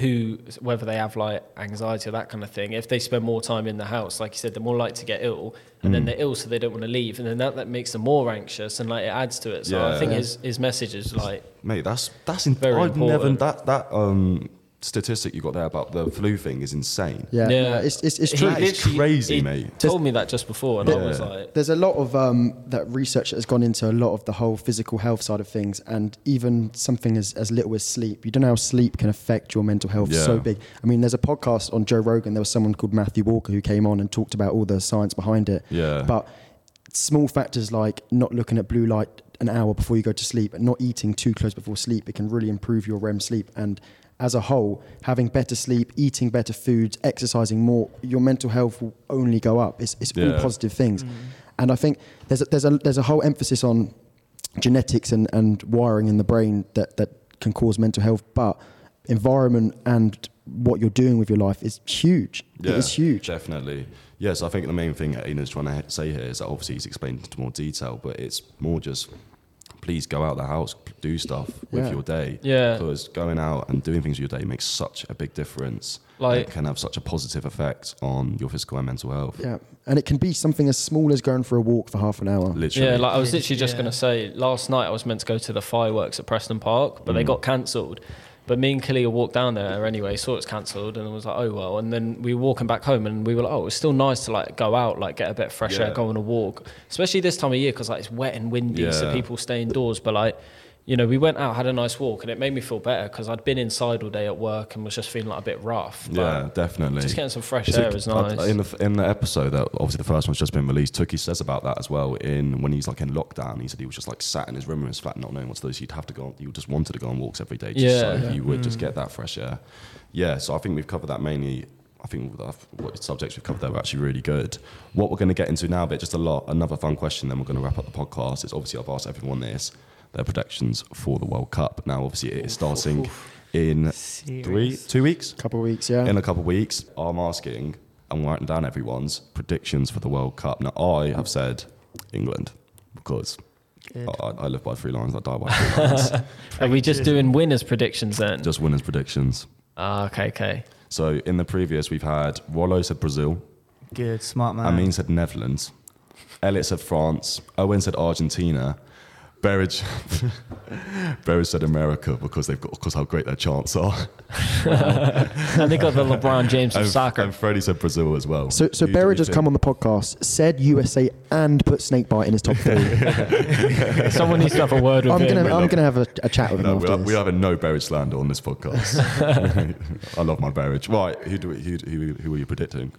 [SPEAKER 2] who, whether they have like anxiety or that kind of thing, if they spend more time in the house, like you said, they're more likely to get ill, and
[SPEAKER 4] Mm.
[SPEAKER 2] then they're ill, so they don't want to leave, and then that, that makes them more anxious, and like it adds to it. So I
[SPEAKER 4] Yeah.
[SPEAKER 2] think
[SPEAKER 4] Yeah.
[SPEAKER 2] his his message is like,
[SPEAKER 4] Mate, that's that's in-
[SPEAKER 2] Very
[SPEAKER 4] I've never
[SPEAKER 2] important.
[SPEAKER 4] that that um, statistic you got there about the flu thing is insane.
[SPEAKER 1] Yeah, no, it's it's, it's
[SPEAKER 2] He
[SPEAKER 1] true.
[SPEAKER 4] That is
[SPEAKER 2] literally-
[SPEAKER 4] crazy,
[SPEAKER 2] he
[SPEAKER 4] mate.
[SPEAKER 2] Told me that just before, and I was like,
[SPEAKER 1] There's a lot of um, that research that has gone into a lot of the whole physical health side of things, and even something as, as little as sleep. You don't know how sleep can affect your mental health
[SPEAKER 4] Yeah.
[SPEAKER 1] so big. I mean, there's a podcast on Joe Rogan. There was someone called Matthew Walker who came on and talked about all the science behind it.
[SPEAKER 4] Yeah.
[SPEAKER 1] But small factors like not looking at blue light an hour before you go to sleep and not eating too close before sleep, it can really improve your REM sleep. And as a whole, having better sleep, eating better foods, exercising more, your mental health will only go up. It's, it's all
[SPEAKER 4] Yeah.
[SPEAKER 1] positive positive things. And I think there's a, there's a there's a whole emphasis on genetics and, and wiring in the brain that that can cause mental health, but environment and what you're doing with your life is huge. It is huge.
[SPEAKER 4] Definitely. Yes, I think the main thing that Ina's trying to say here is that obviously he's explained into more detail, but it's more just please go out the house, p- do stuff with
[SPEAKER 1] Yeah.
[SPEAKER 4] your day.
[SPEAKER 2] Yeah.
[SPEAKER 4] Because going out and doing things with your day makes such a big difference.
[SPEAKER 2] Like-
[SPEAKER 4] it can have such a positive effect on your physical and mental health.
[SPEAKER 1] Yeah, and it can be something as small as going for a walk for half an hour.
[SPEAKER 4] Literally.
[SPEAKER 2] Yeah, like I was
[SPEAKER 3] Yeah,
[SPEAKER 2] literally just
[SPEAKER 3] yeah.
[SPEAKER 2] going to say, last night I was meant to go to the fireworks at Preston Park, but
[SPEAKER 4] Mm.
[SPEAKER 2] they got cancelled. But me and Kalia walked down there anyway, saw it's cancelled, and was like, oh well. And then we were walking back home, and we were like, oh, it's still nice to like go out, like get a bit of fresh
[SPEAKER 4] Yeah.
[SPEAKER 2] air, go on a walk, especially this time of year because like it's wet and windy, so
[SPEAKER 4] Yeah.
[SPEAKER 2] people stay indoors. But like, you know, we went out, had a nice walk, and it made me feel better because I'd been inside all day at work and was just feeling like a bit rough. But
[SPEAKER 4] yeah, definitely.
[SPEAKER 2] just getting some fresh
[SPEAKER 4] So,
[SPEAKER 2] air is
[SPEAKER 4] uh,
[SPEAKER 2] nice.
[SPEAKER 4] In the in the episode that obviously the first one's just been released, Tookie says about that as well. In when he's like in lockdown, he said he was just like sat in his room in his flat, not knowing what to do. So you'd have to go. On, you just wanted to go on walks every day, just so
[SPEAKER 2] Yeah.
[SPEAKER 4] you would just get that fresh air. Yeah. So I think we've covered that mainly. I think all the- what subjects we've covered there were actually really good. What we're going to get into now, but just a lot another fun question. Then we're going to wrap up the podcast. Is obviously I've asked everyone this their predictions for the World Cup. Now obviously it is starting in three
[SPEAKER 3] Serious.
[SPEAKER 4] two weeks
[SPEAKER 1] Couple of weeks, yeah.
[SPEAKER 4] in a couple of weeks, I'm asking and writing down everyone's predictions for the World Cup. Now, I have said England because I,
[SPEAKER 3] Good.
[SPEAKER 4] I live by three lines, I die by three lines.
[SPEAKER 2] Are we just doing winners predictions then?
[SPEAKER 4] Just winners' predictions.
[SPEAKER 2] Ah, okay, okay.
[SPEAKER 4] So, in the previous, we've had Rollo said Brazil,
[SPEAKER 3] Good, smart man.
[SPEAKER 4] Amin said Netherlands, Elliot said France, Owen said Argentina. Berridge, Berridge said America because they've got because how great their chance are.
[SPEAKER 2] and they got the LeBron James of
[SPEAKER 4] And,
[SPEAKER 2] soccer.
[SPEAKER 4] and Freddie said Brazil as well.
[SPEAKER 1] so so
[SPEAKER 4] Who do we
[SPEAKER 1] Berridge has
[SPEAKER 4] think?
[SPEAKER 1] come on the podcast, said USA, and put Snakebite in his top three.
[SPEAKER 2] Someone needs to have a word with
[SPEAKER 1] I'm
[SPEAKER 2] him.
[SPEAKER 1] gonna I'm
[SPEAKER 4] love-
[SPEAKER 1] gonna have a, a chat with
[SPEAKER 4] No,
[SPEAKER 1] him
[SPEAKER 4] we
[SPEAKER 1] after
[SPEAKER 4] are,
[SPEAKER 1] this.
[SPEAKER 4] we have a no berridge slander on this podcast. I love my berridge. Right, who do we, who, who, who are you predicting?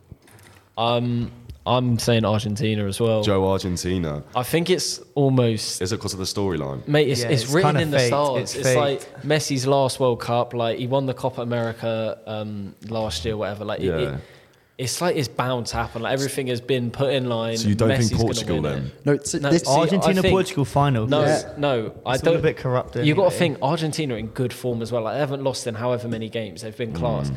[SPEAKER 2] Um, I'm saying Argentina as well.
[SPEAKER 4] Joe Argentina.
[SPEAKER 2] I think it's almost
[SPEAKER 4] Is it because of the storyline?
[SPEAKER 2] Mate, it's,
[SPEAKER 3] Yeah,
[SPEAKER 2] it's,
[SPEAKER 3] it's
[SPEAKER 2] written
[SPEAKER 3] kinda
[SPEAKER 2] in the
[SPEAKER 3] faked.
[SPEAKER 2] stars. It's,
[SPEAKER 3] It's faked.
[SPEAKER 2] like Messi's last World Cup. Like he won the Copa America um, last year, whatever. Like it- it,
[SPEAKER 4] Yeah.
[SPEAKER 2] it's like it's bound to happen. Like everything has been put in line.
[SPEAKER 4] So you don't
[SPEAKER 2] Messi's
[SPEAKER 4] think
[SPEAKER 2] gonna
[SPEAKER 4] Portugal
[SPEAKER 2] win it.
[SPEAKER 4] then?
[SPEAKER 1] No, it's,
[SPEAKER 2] No,
[SPEAKER 1] this,
[SPEAKER 2] I
[SPEAKER 3] Argentina
[SPEAKER 2] think-
[SPEAKER 3] Portugal final.
[SPEAKER 2] No,
[SPEAKER 1] Yeah.
[SPEAKER 2] no, I
[SPEAKER 3] It's all a
[SPEAKER 2] don't.
[SPEAKER 3] bit corrupt
[SPEAKER 2] You got to
[SPEAKER 3] anyway.
[SPEAKER 2] think Argentina are in good form as well. Like, they haven't lost in however many games. They've been class.
[SPEAKER 4] Mm.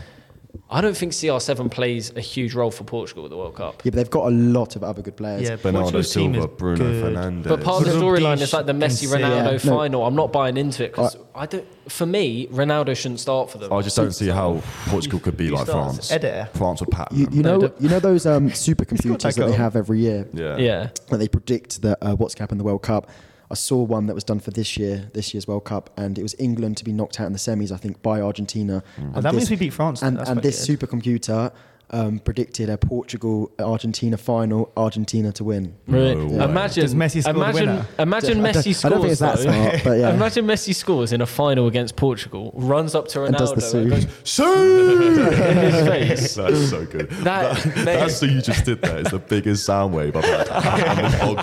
[SPEAKER 2] I don't think CR7 plays a huge role for Portugal at the World Cup.
[SPEAKER 1] yeah, but they've got a lot of other good players.
[SPEAKER 3] Yeah,
[SPEAKER 4] Bernardo
[SPEAKER 3] Portugal's team
[SPEAKER 4] Silva,
[SPEAKER 3] is
[SPEAKER 4] Bruno
[SPEAKER 3] good.
[SPEAKER 4] Fernandes.
[SPEAKER 2] But part of the
[SPEAKER 3] Rudish
[SPEAKER 2] storyline is like the Messi
[SPEAKER 3] can see-
[SPEAKER 2] Ronaldo
[SPEAKER 1] Yeah, no.
[SPEAKER 2] final. I'm not buying into it because I don't. For me, Ronaldo shouldn't start for them.
[SPEAKER 4] I just don't see how Portugal could be
[SPEAKER 3] you
[SPEAKER 4] like
[SPEAKER 3] start
[SPEAKER 4] France.
[SPEAKER 3] Eder.
[SPEAKER 4] France would pat
[SPEAKER 1] You,
[SPEAKER 4] them.
[SPEAKER 1] you
[SPEAKER 2] No,
[SPEAKER 1] know,
[SPEAKER 2] don't-
[SPEAKER 1] you know those um,
[SPEAKER 3] that
[SPEAKER 1] supercomputers that
[SPEAKER 3] goal.
[SPEAKER 1] they have every year
[SPEAKER 4] yeah.
[SPEAKER 2] yeah.
[SPEAKER 1] where they predict that uh, what's happened in the World Cup. I saw one that was done for this year, this year's World Cup, and it was England to be knocked out in the semis, I think, by Argentina.
[SPEAKER 2] Hmm.
[SPEAKER 3] Oh, that means we beat France. then.
[SPEAKER 1] And,
[SPEAKER 3] That's
[SPEAKER 1] and
[SPEAKER 3] quite
[SPEAKER 1] this
[SPEAKER 3] good.
[SPEAKER 1] supercomputer um, predicted a Portugal Argentina final, Argentina to win.
[SPEAKER 2] Really?
[SPEAKER 4] way.
[SPEAKER 2] Imagine
[SPEAKER 3] Does Messi score the
[SPEAKER 2] imagine,
[SPEAKER 3] winner?
[SPEAKER 2] Imagine
[SPEAKER 1] I don't-
[SPEAKER 2] Messi scores.
[SPEAKER 1] I don't think it's that
[SPEAKER 2] though.
[SPEAKER 1] smart, but yeah.
[SPEAKER 2] Imagine Messi scores in a final against Portugal, runs up to Ronaldo,
[SPEAKER 1] And does the
[SPEAKER 2] and goes
[SPEAKER 1] sue.
[SPEAKER 4] So
[SPEAKER 2] in his face.
[SPEAKER 4] that's so good.
[SPEAKER 2] That-
[SPEAKER 4] That,
[SPEAKER 2] mate.
[SPEAKER 4] that so you just did that. It's the biggest sound wave I've had on the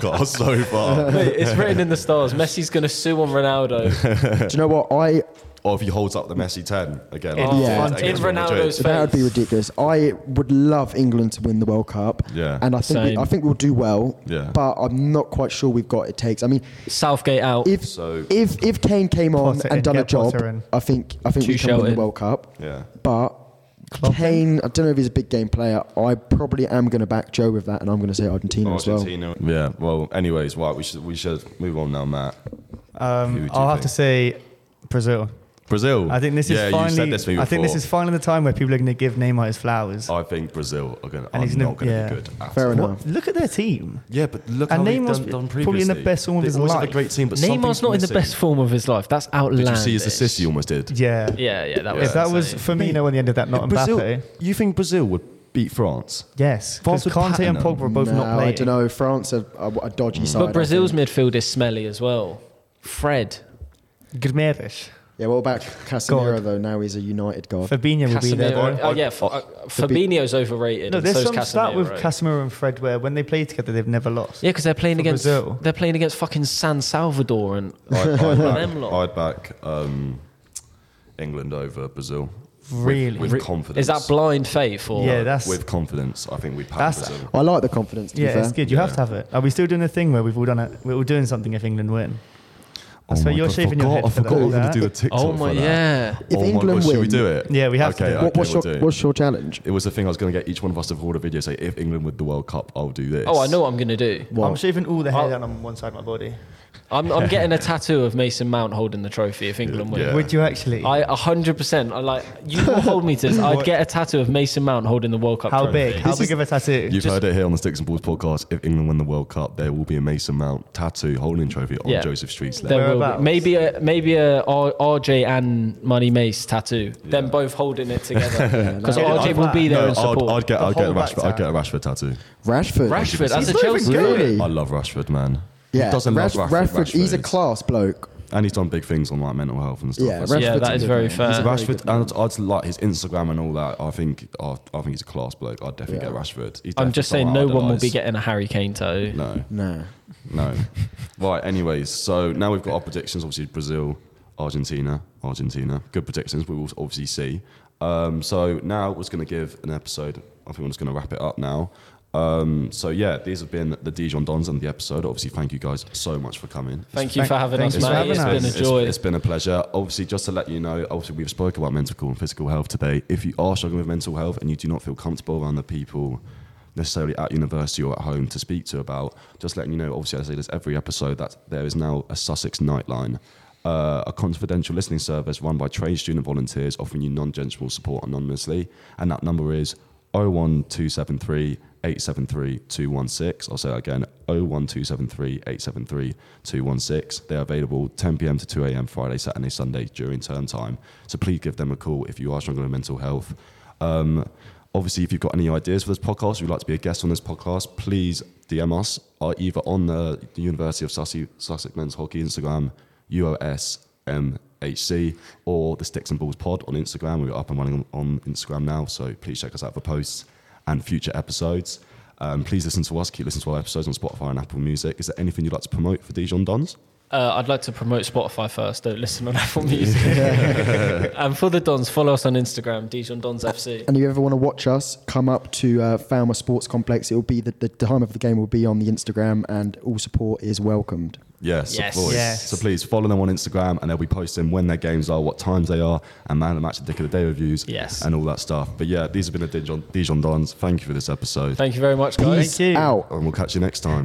[SPEAKER 4] podcast so far.
[SPEAKER 2] Mate, it's written in the stars. Messi's going to sue on Ronaldo
[SPEAKER 1] Do you know what? I
[SPEAKER 4] Or if he holds up the Messi ten again,
[SPEAKER 3] In
[SPEAKER 4] like he
[SPEAKER 1] front-
[SPEAKER 4] did
[SPEAKER 2] in
[SPEAKER 4] against Real Madrid.
[SPEAKER 2] Ronaldo's
[SPEAKER 1] that would be
[SPEAKER 2] face.
[SPEAKER 1] ridiculous. I would love England to win the World Cup.
[SPEAKER 4] Yeah.
[SPEAKER 1] And I think we,
[SPEAKER 2] Same.
[SPEAKER 1] I think we'll do well.
[SPEAKER 4] Yeah.
[SPEAKER 1] But I'm not quite sure we've got it takes. I mean,
[SPEAKER 2] Southgate out.
[SPEAKER 1] if
[SPEAKER 4] So-
[SPEAKER 1] if if Kane came on
[SPEAKER 3] Potter in,
[SPEAKER 1] and done a
[SPEAKER 3] get
[SPEAKER 1] job,
[SPEAKER 3] Potter in.
[SPEAKER 1] I think I think we
[SPEAKER 2] Tuchel
[SPEAKER 1] can win
[SPEAKER 2] in.
[SPEAKER 1] the World Cup.
[SPEAKER 4] Yeah.
[SPEAKER 1] But Kane, I don't know if he's a big game player. I probably am going to back Joe with that, and I'm going to say Argentina, as well.
[SPEAKER 4] Argentina. Yeah. Well, anyways, right. We should we should move on now, Matt. Who
[SPEAKER 3] Um,
[SPEAKER 4] do you
[SPEAKER 3] I'll have
[SPEAKER 4] think?
[SPEAKER 3] to say Brazil.
[SPEAKER 4] Brazil.
[SPEAKER 3] I think this
[SPEAKER 4] Yeah,
[SPEAKER 3] is
[SPEAKER 4] You said
[SPEAKER 3] finally.
[SPEAKER 4] this to me
[SPEAKER 3] I think this
[SPEAKER 4] before.
[SPEAKER 3] is finally the time where people are going to give Neymar his flowers.
[SPEAKER 4] I think Brazil are going.
[SPEAKER 3] And
[SPEAKER 4] Are
[SPEAKER 3] he's gonna-
[SPEAKER 4] not going to
[SPEAKER 3] yeah.
[SPEAKER 4] be good. At
[SPEAKER 1] Fair
[SPEAKER 4] all.
[SPEAKER 1] enough.
[SPEAKER 3] What- Look at their team.
[SPEAKER 4] Yeah, but look
[SPEAKER 3] And
[SPEAKER 4] how they've
[SPEAKER 3] Neymar's
[SPEAKER 4] done, done previously.
[SPEAKER 3] probably in the best form of
[SPEAKER 4] They
[SPEAKER 3] his
[SPEAKER 4] always have
[SPEAKER 3] life.
[SPEAKER 4] A great team, but
[SPEAKER 2] Neymar's
[SPEAKER 4] something's
[SPEAKER 2] not in the
[SPEAKER 4] missing.
[SPEAKER 2] best form of his life. That's
[SPEAKER 4] Did you
[SPEAKER 2] outlandish.
[SPEAKER 4] see his assist? He almost did.
[SPEAKER 3] Yeah.
[SPEAKER 2] Yeah, yeah, that was.
[SPEAKER 3] If that was
[SPEAKER 2] insane.
[SPEAKER 3] Firmino on the end of that, not
[SPEAKER 4] Brazil,
[SPEAKER 3] Mbappe.
[SPEAKER 4] You think Brazil would beat France?
[SPEAKER 3] Yes. Because
[SPEAKER 4] France would
[SPEAKER 3] Kante and
[SPEAKER 4] pattern
[SPEAKER 3] Pogba are both
[SPEAKER 1] no,
[SPEAKER 3] not playing.
[SPEAKER 1] I don't know. France are a, a dodgy side. I
[SPEAKER 2] but Brazil's
[SPEAKER 1] think.
[SPEAKER 2] midfield is smelly as well. Fred,
[SPEAKER 3] Guimaraes.
[SPEAKER 1] yeah. What about Casemiro though? Now he's a United god.
[SPEAKER 3] Fabinho will be there.
[SPEAKER 2] Casemiro.
[SPEAKER 3] though.
[SPEAKER 2] Oh yeah, F- uh, Fabinho's overrated.
[SPEAKER 3] No,
[SPEAKER 2] and
[SPEAKER 3] there's
[SPEAKER 2] so's
[SPEAKER 3] some stat with
[SPEAKER 2] Casemiro.
[SPEAKER 3] Casemiro and Fred where when they play together, they've never lost.
[SPEAKER 2] Yeah, because they're playing
[SPEAKER 3] For
[SPEAKER 2] against
[SPEAKER 3] Brazil.
[SPEAKER 2] they're playing against fucking San Salvador and
[SPEAKER 4] I'd, I'd
[SPEAKER 2] Them
[SPEAKER 4] back,
[SPEAKER 2] lot.
[SPEAKER 4] I'd back um, England over Brazil. With-
[SPEAKER 3] Really?
[SPEAKER 4] With,
[SPEAKER 2] Re-
[SPEAKER 4] Oh, confidence.
[SPEAKER 2] is that blind faith or
[SPEAKER 3] Yeah, that's
[SPEAKER 4] With confidence, I think we pack
[SPEAKER 3] That's-
[SPEAKER 4] Brazil.
[SPEAKER 1] I like the confidence. To
[SPEAKER 3] yeah,
[SPEAKER 1] be fair.
[SPEAKER 3] it's good. You have to have it. Are we still doing a thing where we've all done it? We're all doing something if England win. I
[SPEAKER 4] Oh
[SPEAKER 3] swear
[SPEAKER 4] my
[SPEAKER 3] you're
[SPEAKER 4] God,
[SPEAKER 3] shaving your
[SPEAKER 4] forgot,
[SPEAKER 3] head
[SPEAKER 4] I
[SPEAKER 3] for
[SPEAKER 4] forgot
[SPEAKER 3] that.
[SPEAKER 4] we were going to do a TikTok
[SPEAKER 2] Oh my
[SPEAKER 4] for that.
[SPEAKER 2] yeah.
[SPEAKER 1] If
[SPEAKER 4] oh my
[SPEAKER 1] England
[SPEAKER 4] God, should we
[SPEAKER 1] win-
[SPEAKER 4] do it?
[SPEAKER 3] Yeah, we have to
[SPEAKER 4] okay,
[SPEAKER 3] do it.
[SPEAKER 4] Okay,
[SPEAKER 1] What, what's
[SPEAKER 4] we'll
[SPEAKER 1] your
[SPEAKER 4] do it.
[SPEAKER 1] What's your challenge?
[SPEAKER 4] It was the thing I was going to get each one of us to record a video say, if England win the World Cup, I'll do this.
[SPEAKER 2] Oh, I know what I'm gonna do.
[SPEAKER 1] What?
[SPEAKER 3] I'm shaving all the hair
[SPEAKER 2] I'll-
[SPEAKER 3] down on one side of my body.
[SPEAKER 2] I'm, I'm getting a tattoo of Mason Mount holding the trophy if England win.
[SPEAKER 4] Yeah.
[SPEAKER 3] Would you actually?
[SPEAKER 2] I 100%. I like you will hold me to this. I'd get a tattoo of Mason Mount holding the World Cup
[SPEAKER 3] How
[SPEAKER 2] trophy.
[SPEAKER 3] big? How
[SPEAKER 1] This
[SPEAKER 3] big
[SPEAKER 1] is-
[SPEAKER 3] of a tattoo?
[SPEAKER 4] You've heard it here on the Sticks and Balls podcast. If England win the World Cup, there will be a Mason Mount tattoo holding trophy on
[SPEAKER 2] Yeah.
[SPEAKER 4] Joseph Street's leg.
[SPEAKER 2] There will be.
[SPEAKER 3] Whereabouts?
[SPEAKER 2] Maybe a maybe a R- RJ and Money Mace tattoo. Them both holding it together because
[SPEAKER 3] Yeah,
[SPEAKER 2] RJ
[SPEAKER 3] I'd-
[SPEAKER 2] will be there in
[SPEAKER 4] I'd,
[SPEAKER 2] support.
[SPEAKER 4] I'd get,
[SPEAKER 3] The
[SPEAKER 4] I'd get a
[SPEAKER 3] whole back
[SPEAKER 4] Rashford, I'd
[SPEAKER 3] tat.
[SPEAKER 4] get a Rashford tattoo.
[SPEAKER 1] Rashford.
[SPEAKER 2] Rashford as a
[SPEAKER 3] not even
[SPEAKER 2] Chelsea.
[SPEAKER 3] good.
[SPEAKER 2] fan.
[SPEAKER 1] Really?
[SPEAKER 4] I love Rashford, man.
[SPEAKER 1] Yeah.
[SPEAKER 4] He doesn't
[SPEAKER 1] Rash-
[SPEAKER 4] love
[SPEAKER 1] Rashford.
[SPEAKER 4] Rashford.
[SPEAKER 1] He's a
[SPEAKER 4] is.
[SPEAKER 1] class bloke.
[SPEAKER 4] And he's done big things on like mental health and stuff.
[SPEAKER 1] Yeah,
[SPEAKER 4] That's-
[SPEAKER 2] Yeah,
[SPEAKER 1] Rashford's
[SPEAKER 2] that
[SPEAKER 1] a
[SPEAKER 2] is
[SPEAKER 1] good
[SPEAKER 2] very
[SPEAKER 1] man.
[SPEAKER 2] fair.
[SPEAKER 1] He's a very
[SPEAKER 4] Rashford, and I'd like his Instagram and all that. I think I, I think he's a class bloke. I'd definitely
[SPEAKER 1] Yeah.
[SPEAKER 4] get Rashford. He's
[SPEAKER 2] I'm
[SPEAKER 4] definitely
[SPEAKER 2] just saying,
[SPEAKER 4] someone I
[SPEAKER 2] no one will be
[SPEAKER 4] idolise.
[SPEAKER 2] getting a Harry Kane tattoo.
[SPEAKER 4] No,
[SPEAKER 1] No.
[SPEAKER 4] no. right. Anyways, so now we've got our predictions. Obviously, Brazil, Argentina, Argentina. Good predictions. We will obviously see. Um, so now we're just going to give an episode. I think we're just going to wrap it up now. Um, so yeah, these have been the Dijon Dons and the episode. Obviously, thank you guys so much for coming.
[SPEAKER 2] Thank you
[SPEAKER 3] Thank-
[SPEAKER 2] for having
[SPEAKER 3] thanks
[SPEAKER 2] us,
[SPEAKER 3] for
[SPEAKER 2] mate.
[SPEAKER 3] having
[SPEAKER 2] It's
[SPEAKER 3] us.
[SPEAKER 2] been a
[SPEAKER 4] It's-
[SPEAKER 2] joy.
[SPEAKER 4] it's been a pleasure. Obviously, just to let you know, obviously we've spoken about mental and physical health today. If you are struggling with mental health and you do not feel comfortable around the people necessarily at university or at home to speak to about, just letting you know, obviously I say this every episode, that there is now a Sussex Nightline. Uh, a confidential listening service run by trained student volunteers offering you non-gentrible support anonymously. And that number is 01273 873 216. I'll say that again 01273 873 216. They're available 10 pm to 2 am Friday, Saturday, Sunday during term time. So please give them a call if you are struggling with mental health. Um, obviously, if you've got any ideas for this podcast, if you'd like to be a guest on this podcast, please DM us uh, either on the, the University of Sussex, Sussex Men's Hockey Instagram, UOSMHC, or the Sticks and Balls Pod on Instagram. We're up and running on, on Instagram now, so please check us out for posts and future episodes. Um, please listen to us. Keep listening to our episodes on Spotify and Apple Music. Is there anything you'd like to promote for Dijon Dons?
[SPEAKER 2] Uh, I'd like to promote Spotify first. Don't listen on Apple Music. and for the Dons, follow us on Instagram, Dijon Dons FC.
[SPEAKER 1] And if you ever want to watch us, come up to uh, Falmer Sports Complex. It'll be the, the time of the game will be on the Instagram, and all support is welcomed.
[SPEAKER 4] Yes,
[SPEAKER 2] Yes.
[SPEAKER 4] of course.
[SPEAKER 3] Yes.
[SPEAKER 4] So please follow them on Instagram and they'll be posting when their games are, what times they are, and man, the match of the dick of the day reviews,
[SPEAKER 2] Yes.
[SPEAKER 4] and all that stuff. But yeah, these have been the Dijon, Dijon Dons. Thank you for this episode,
[SPEAKER 2] Thank you very much, guys.
[SPEAKER 3] you.
[SPEAKER 1] Out.
[SPEAKER 4] and we'll catch you next time.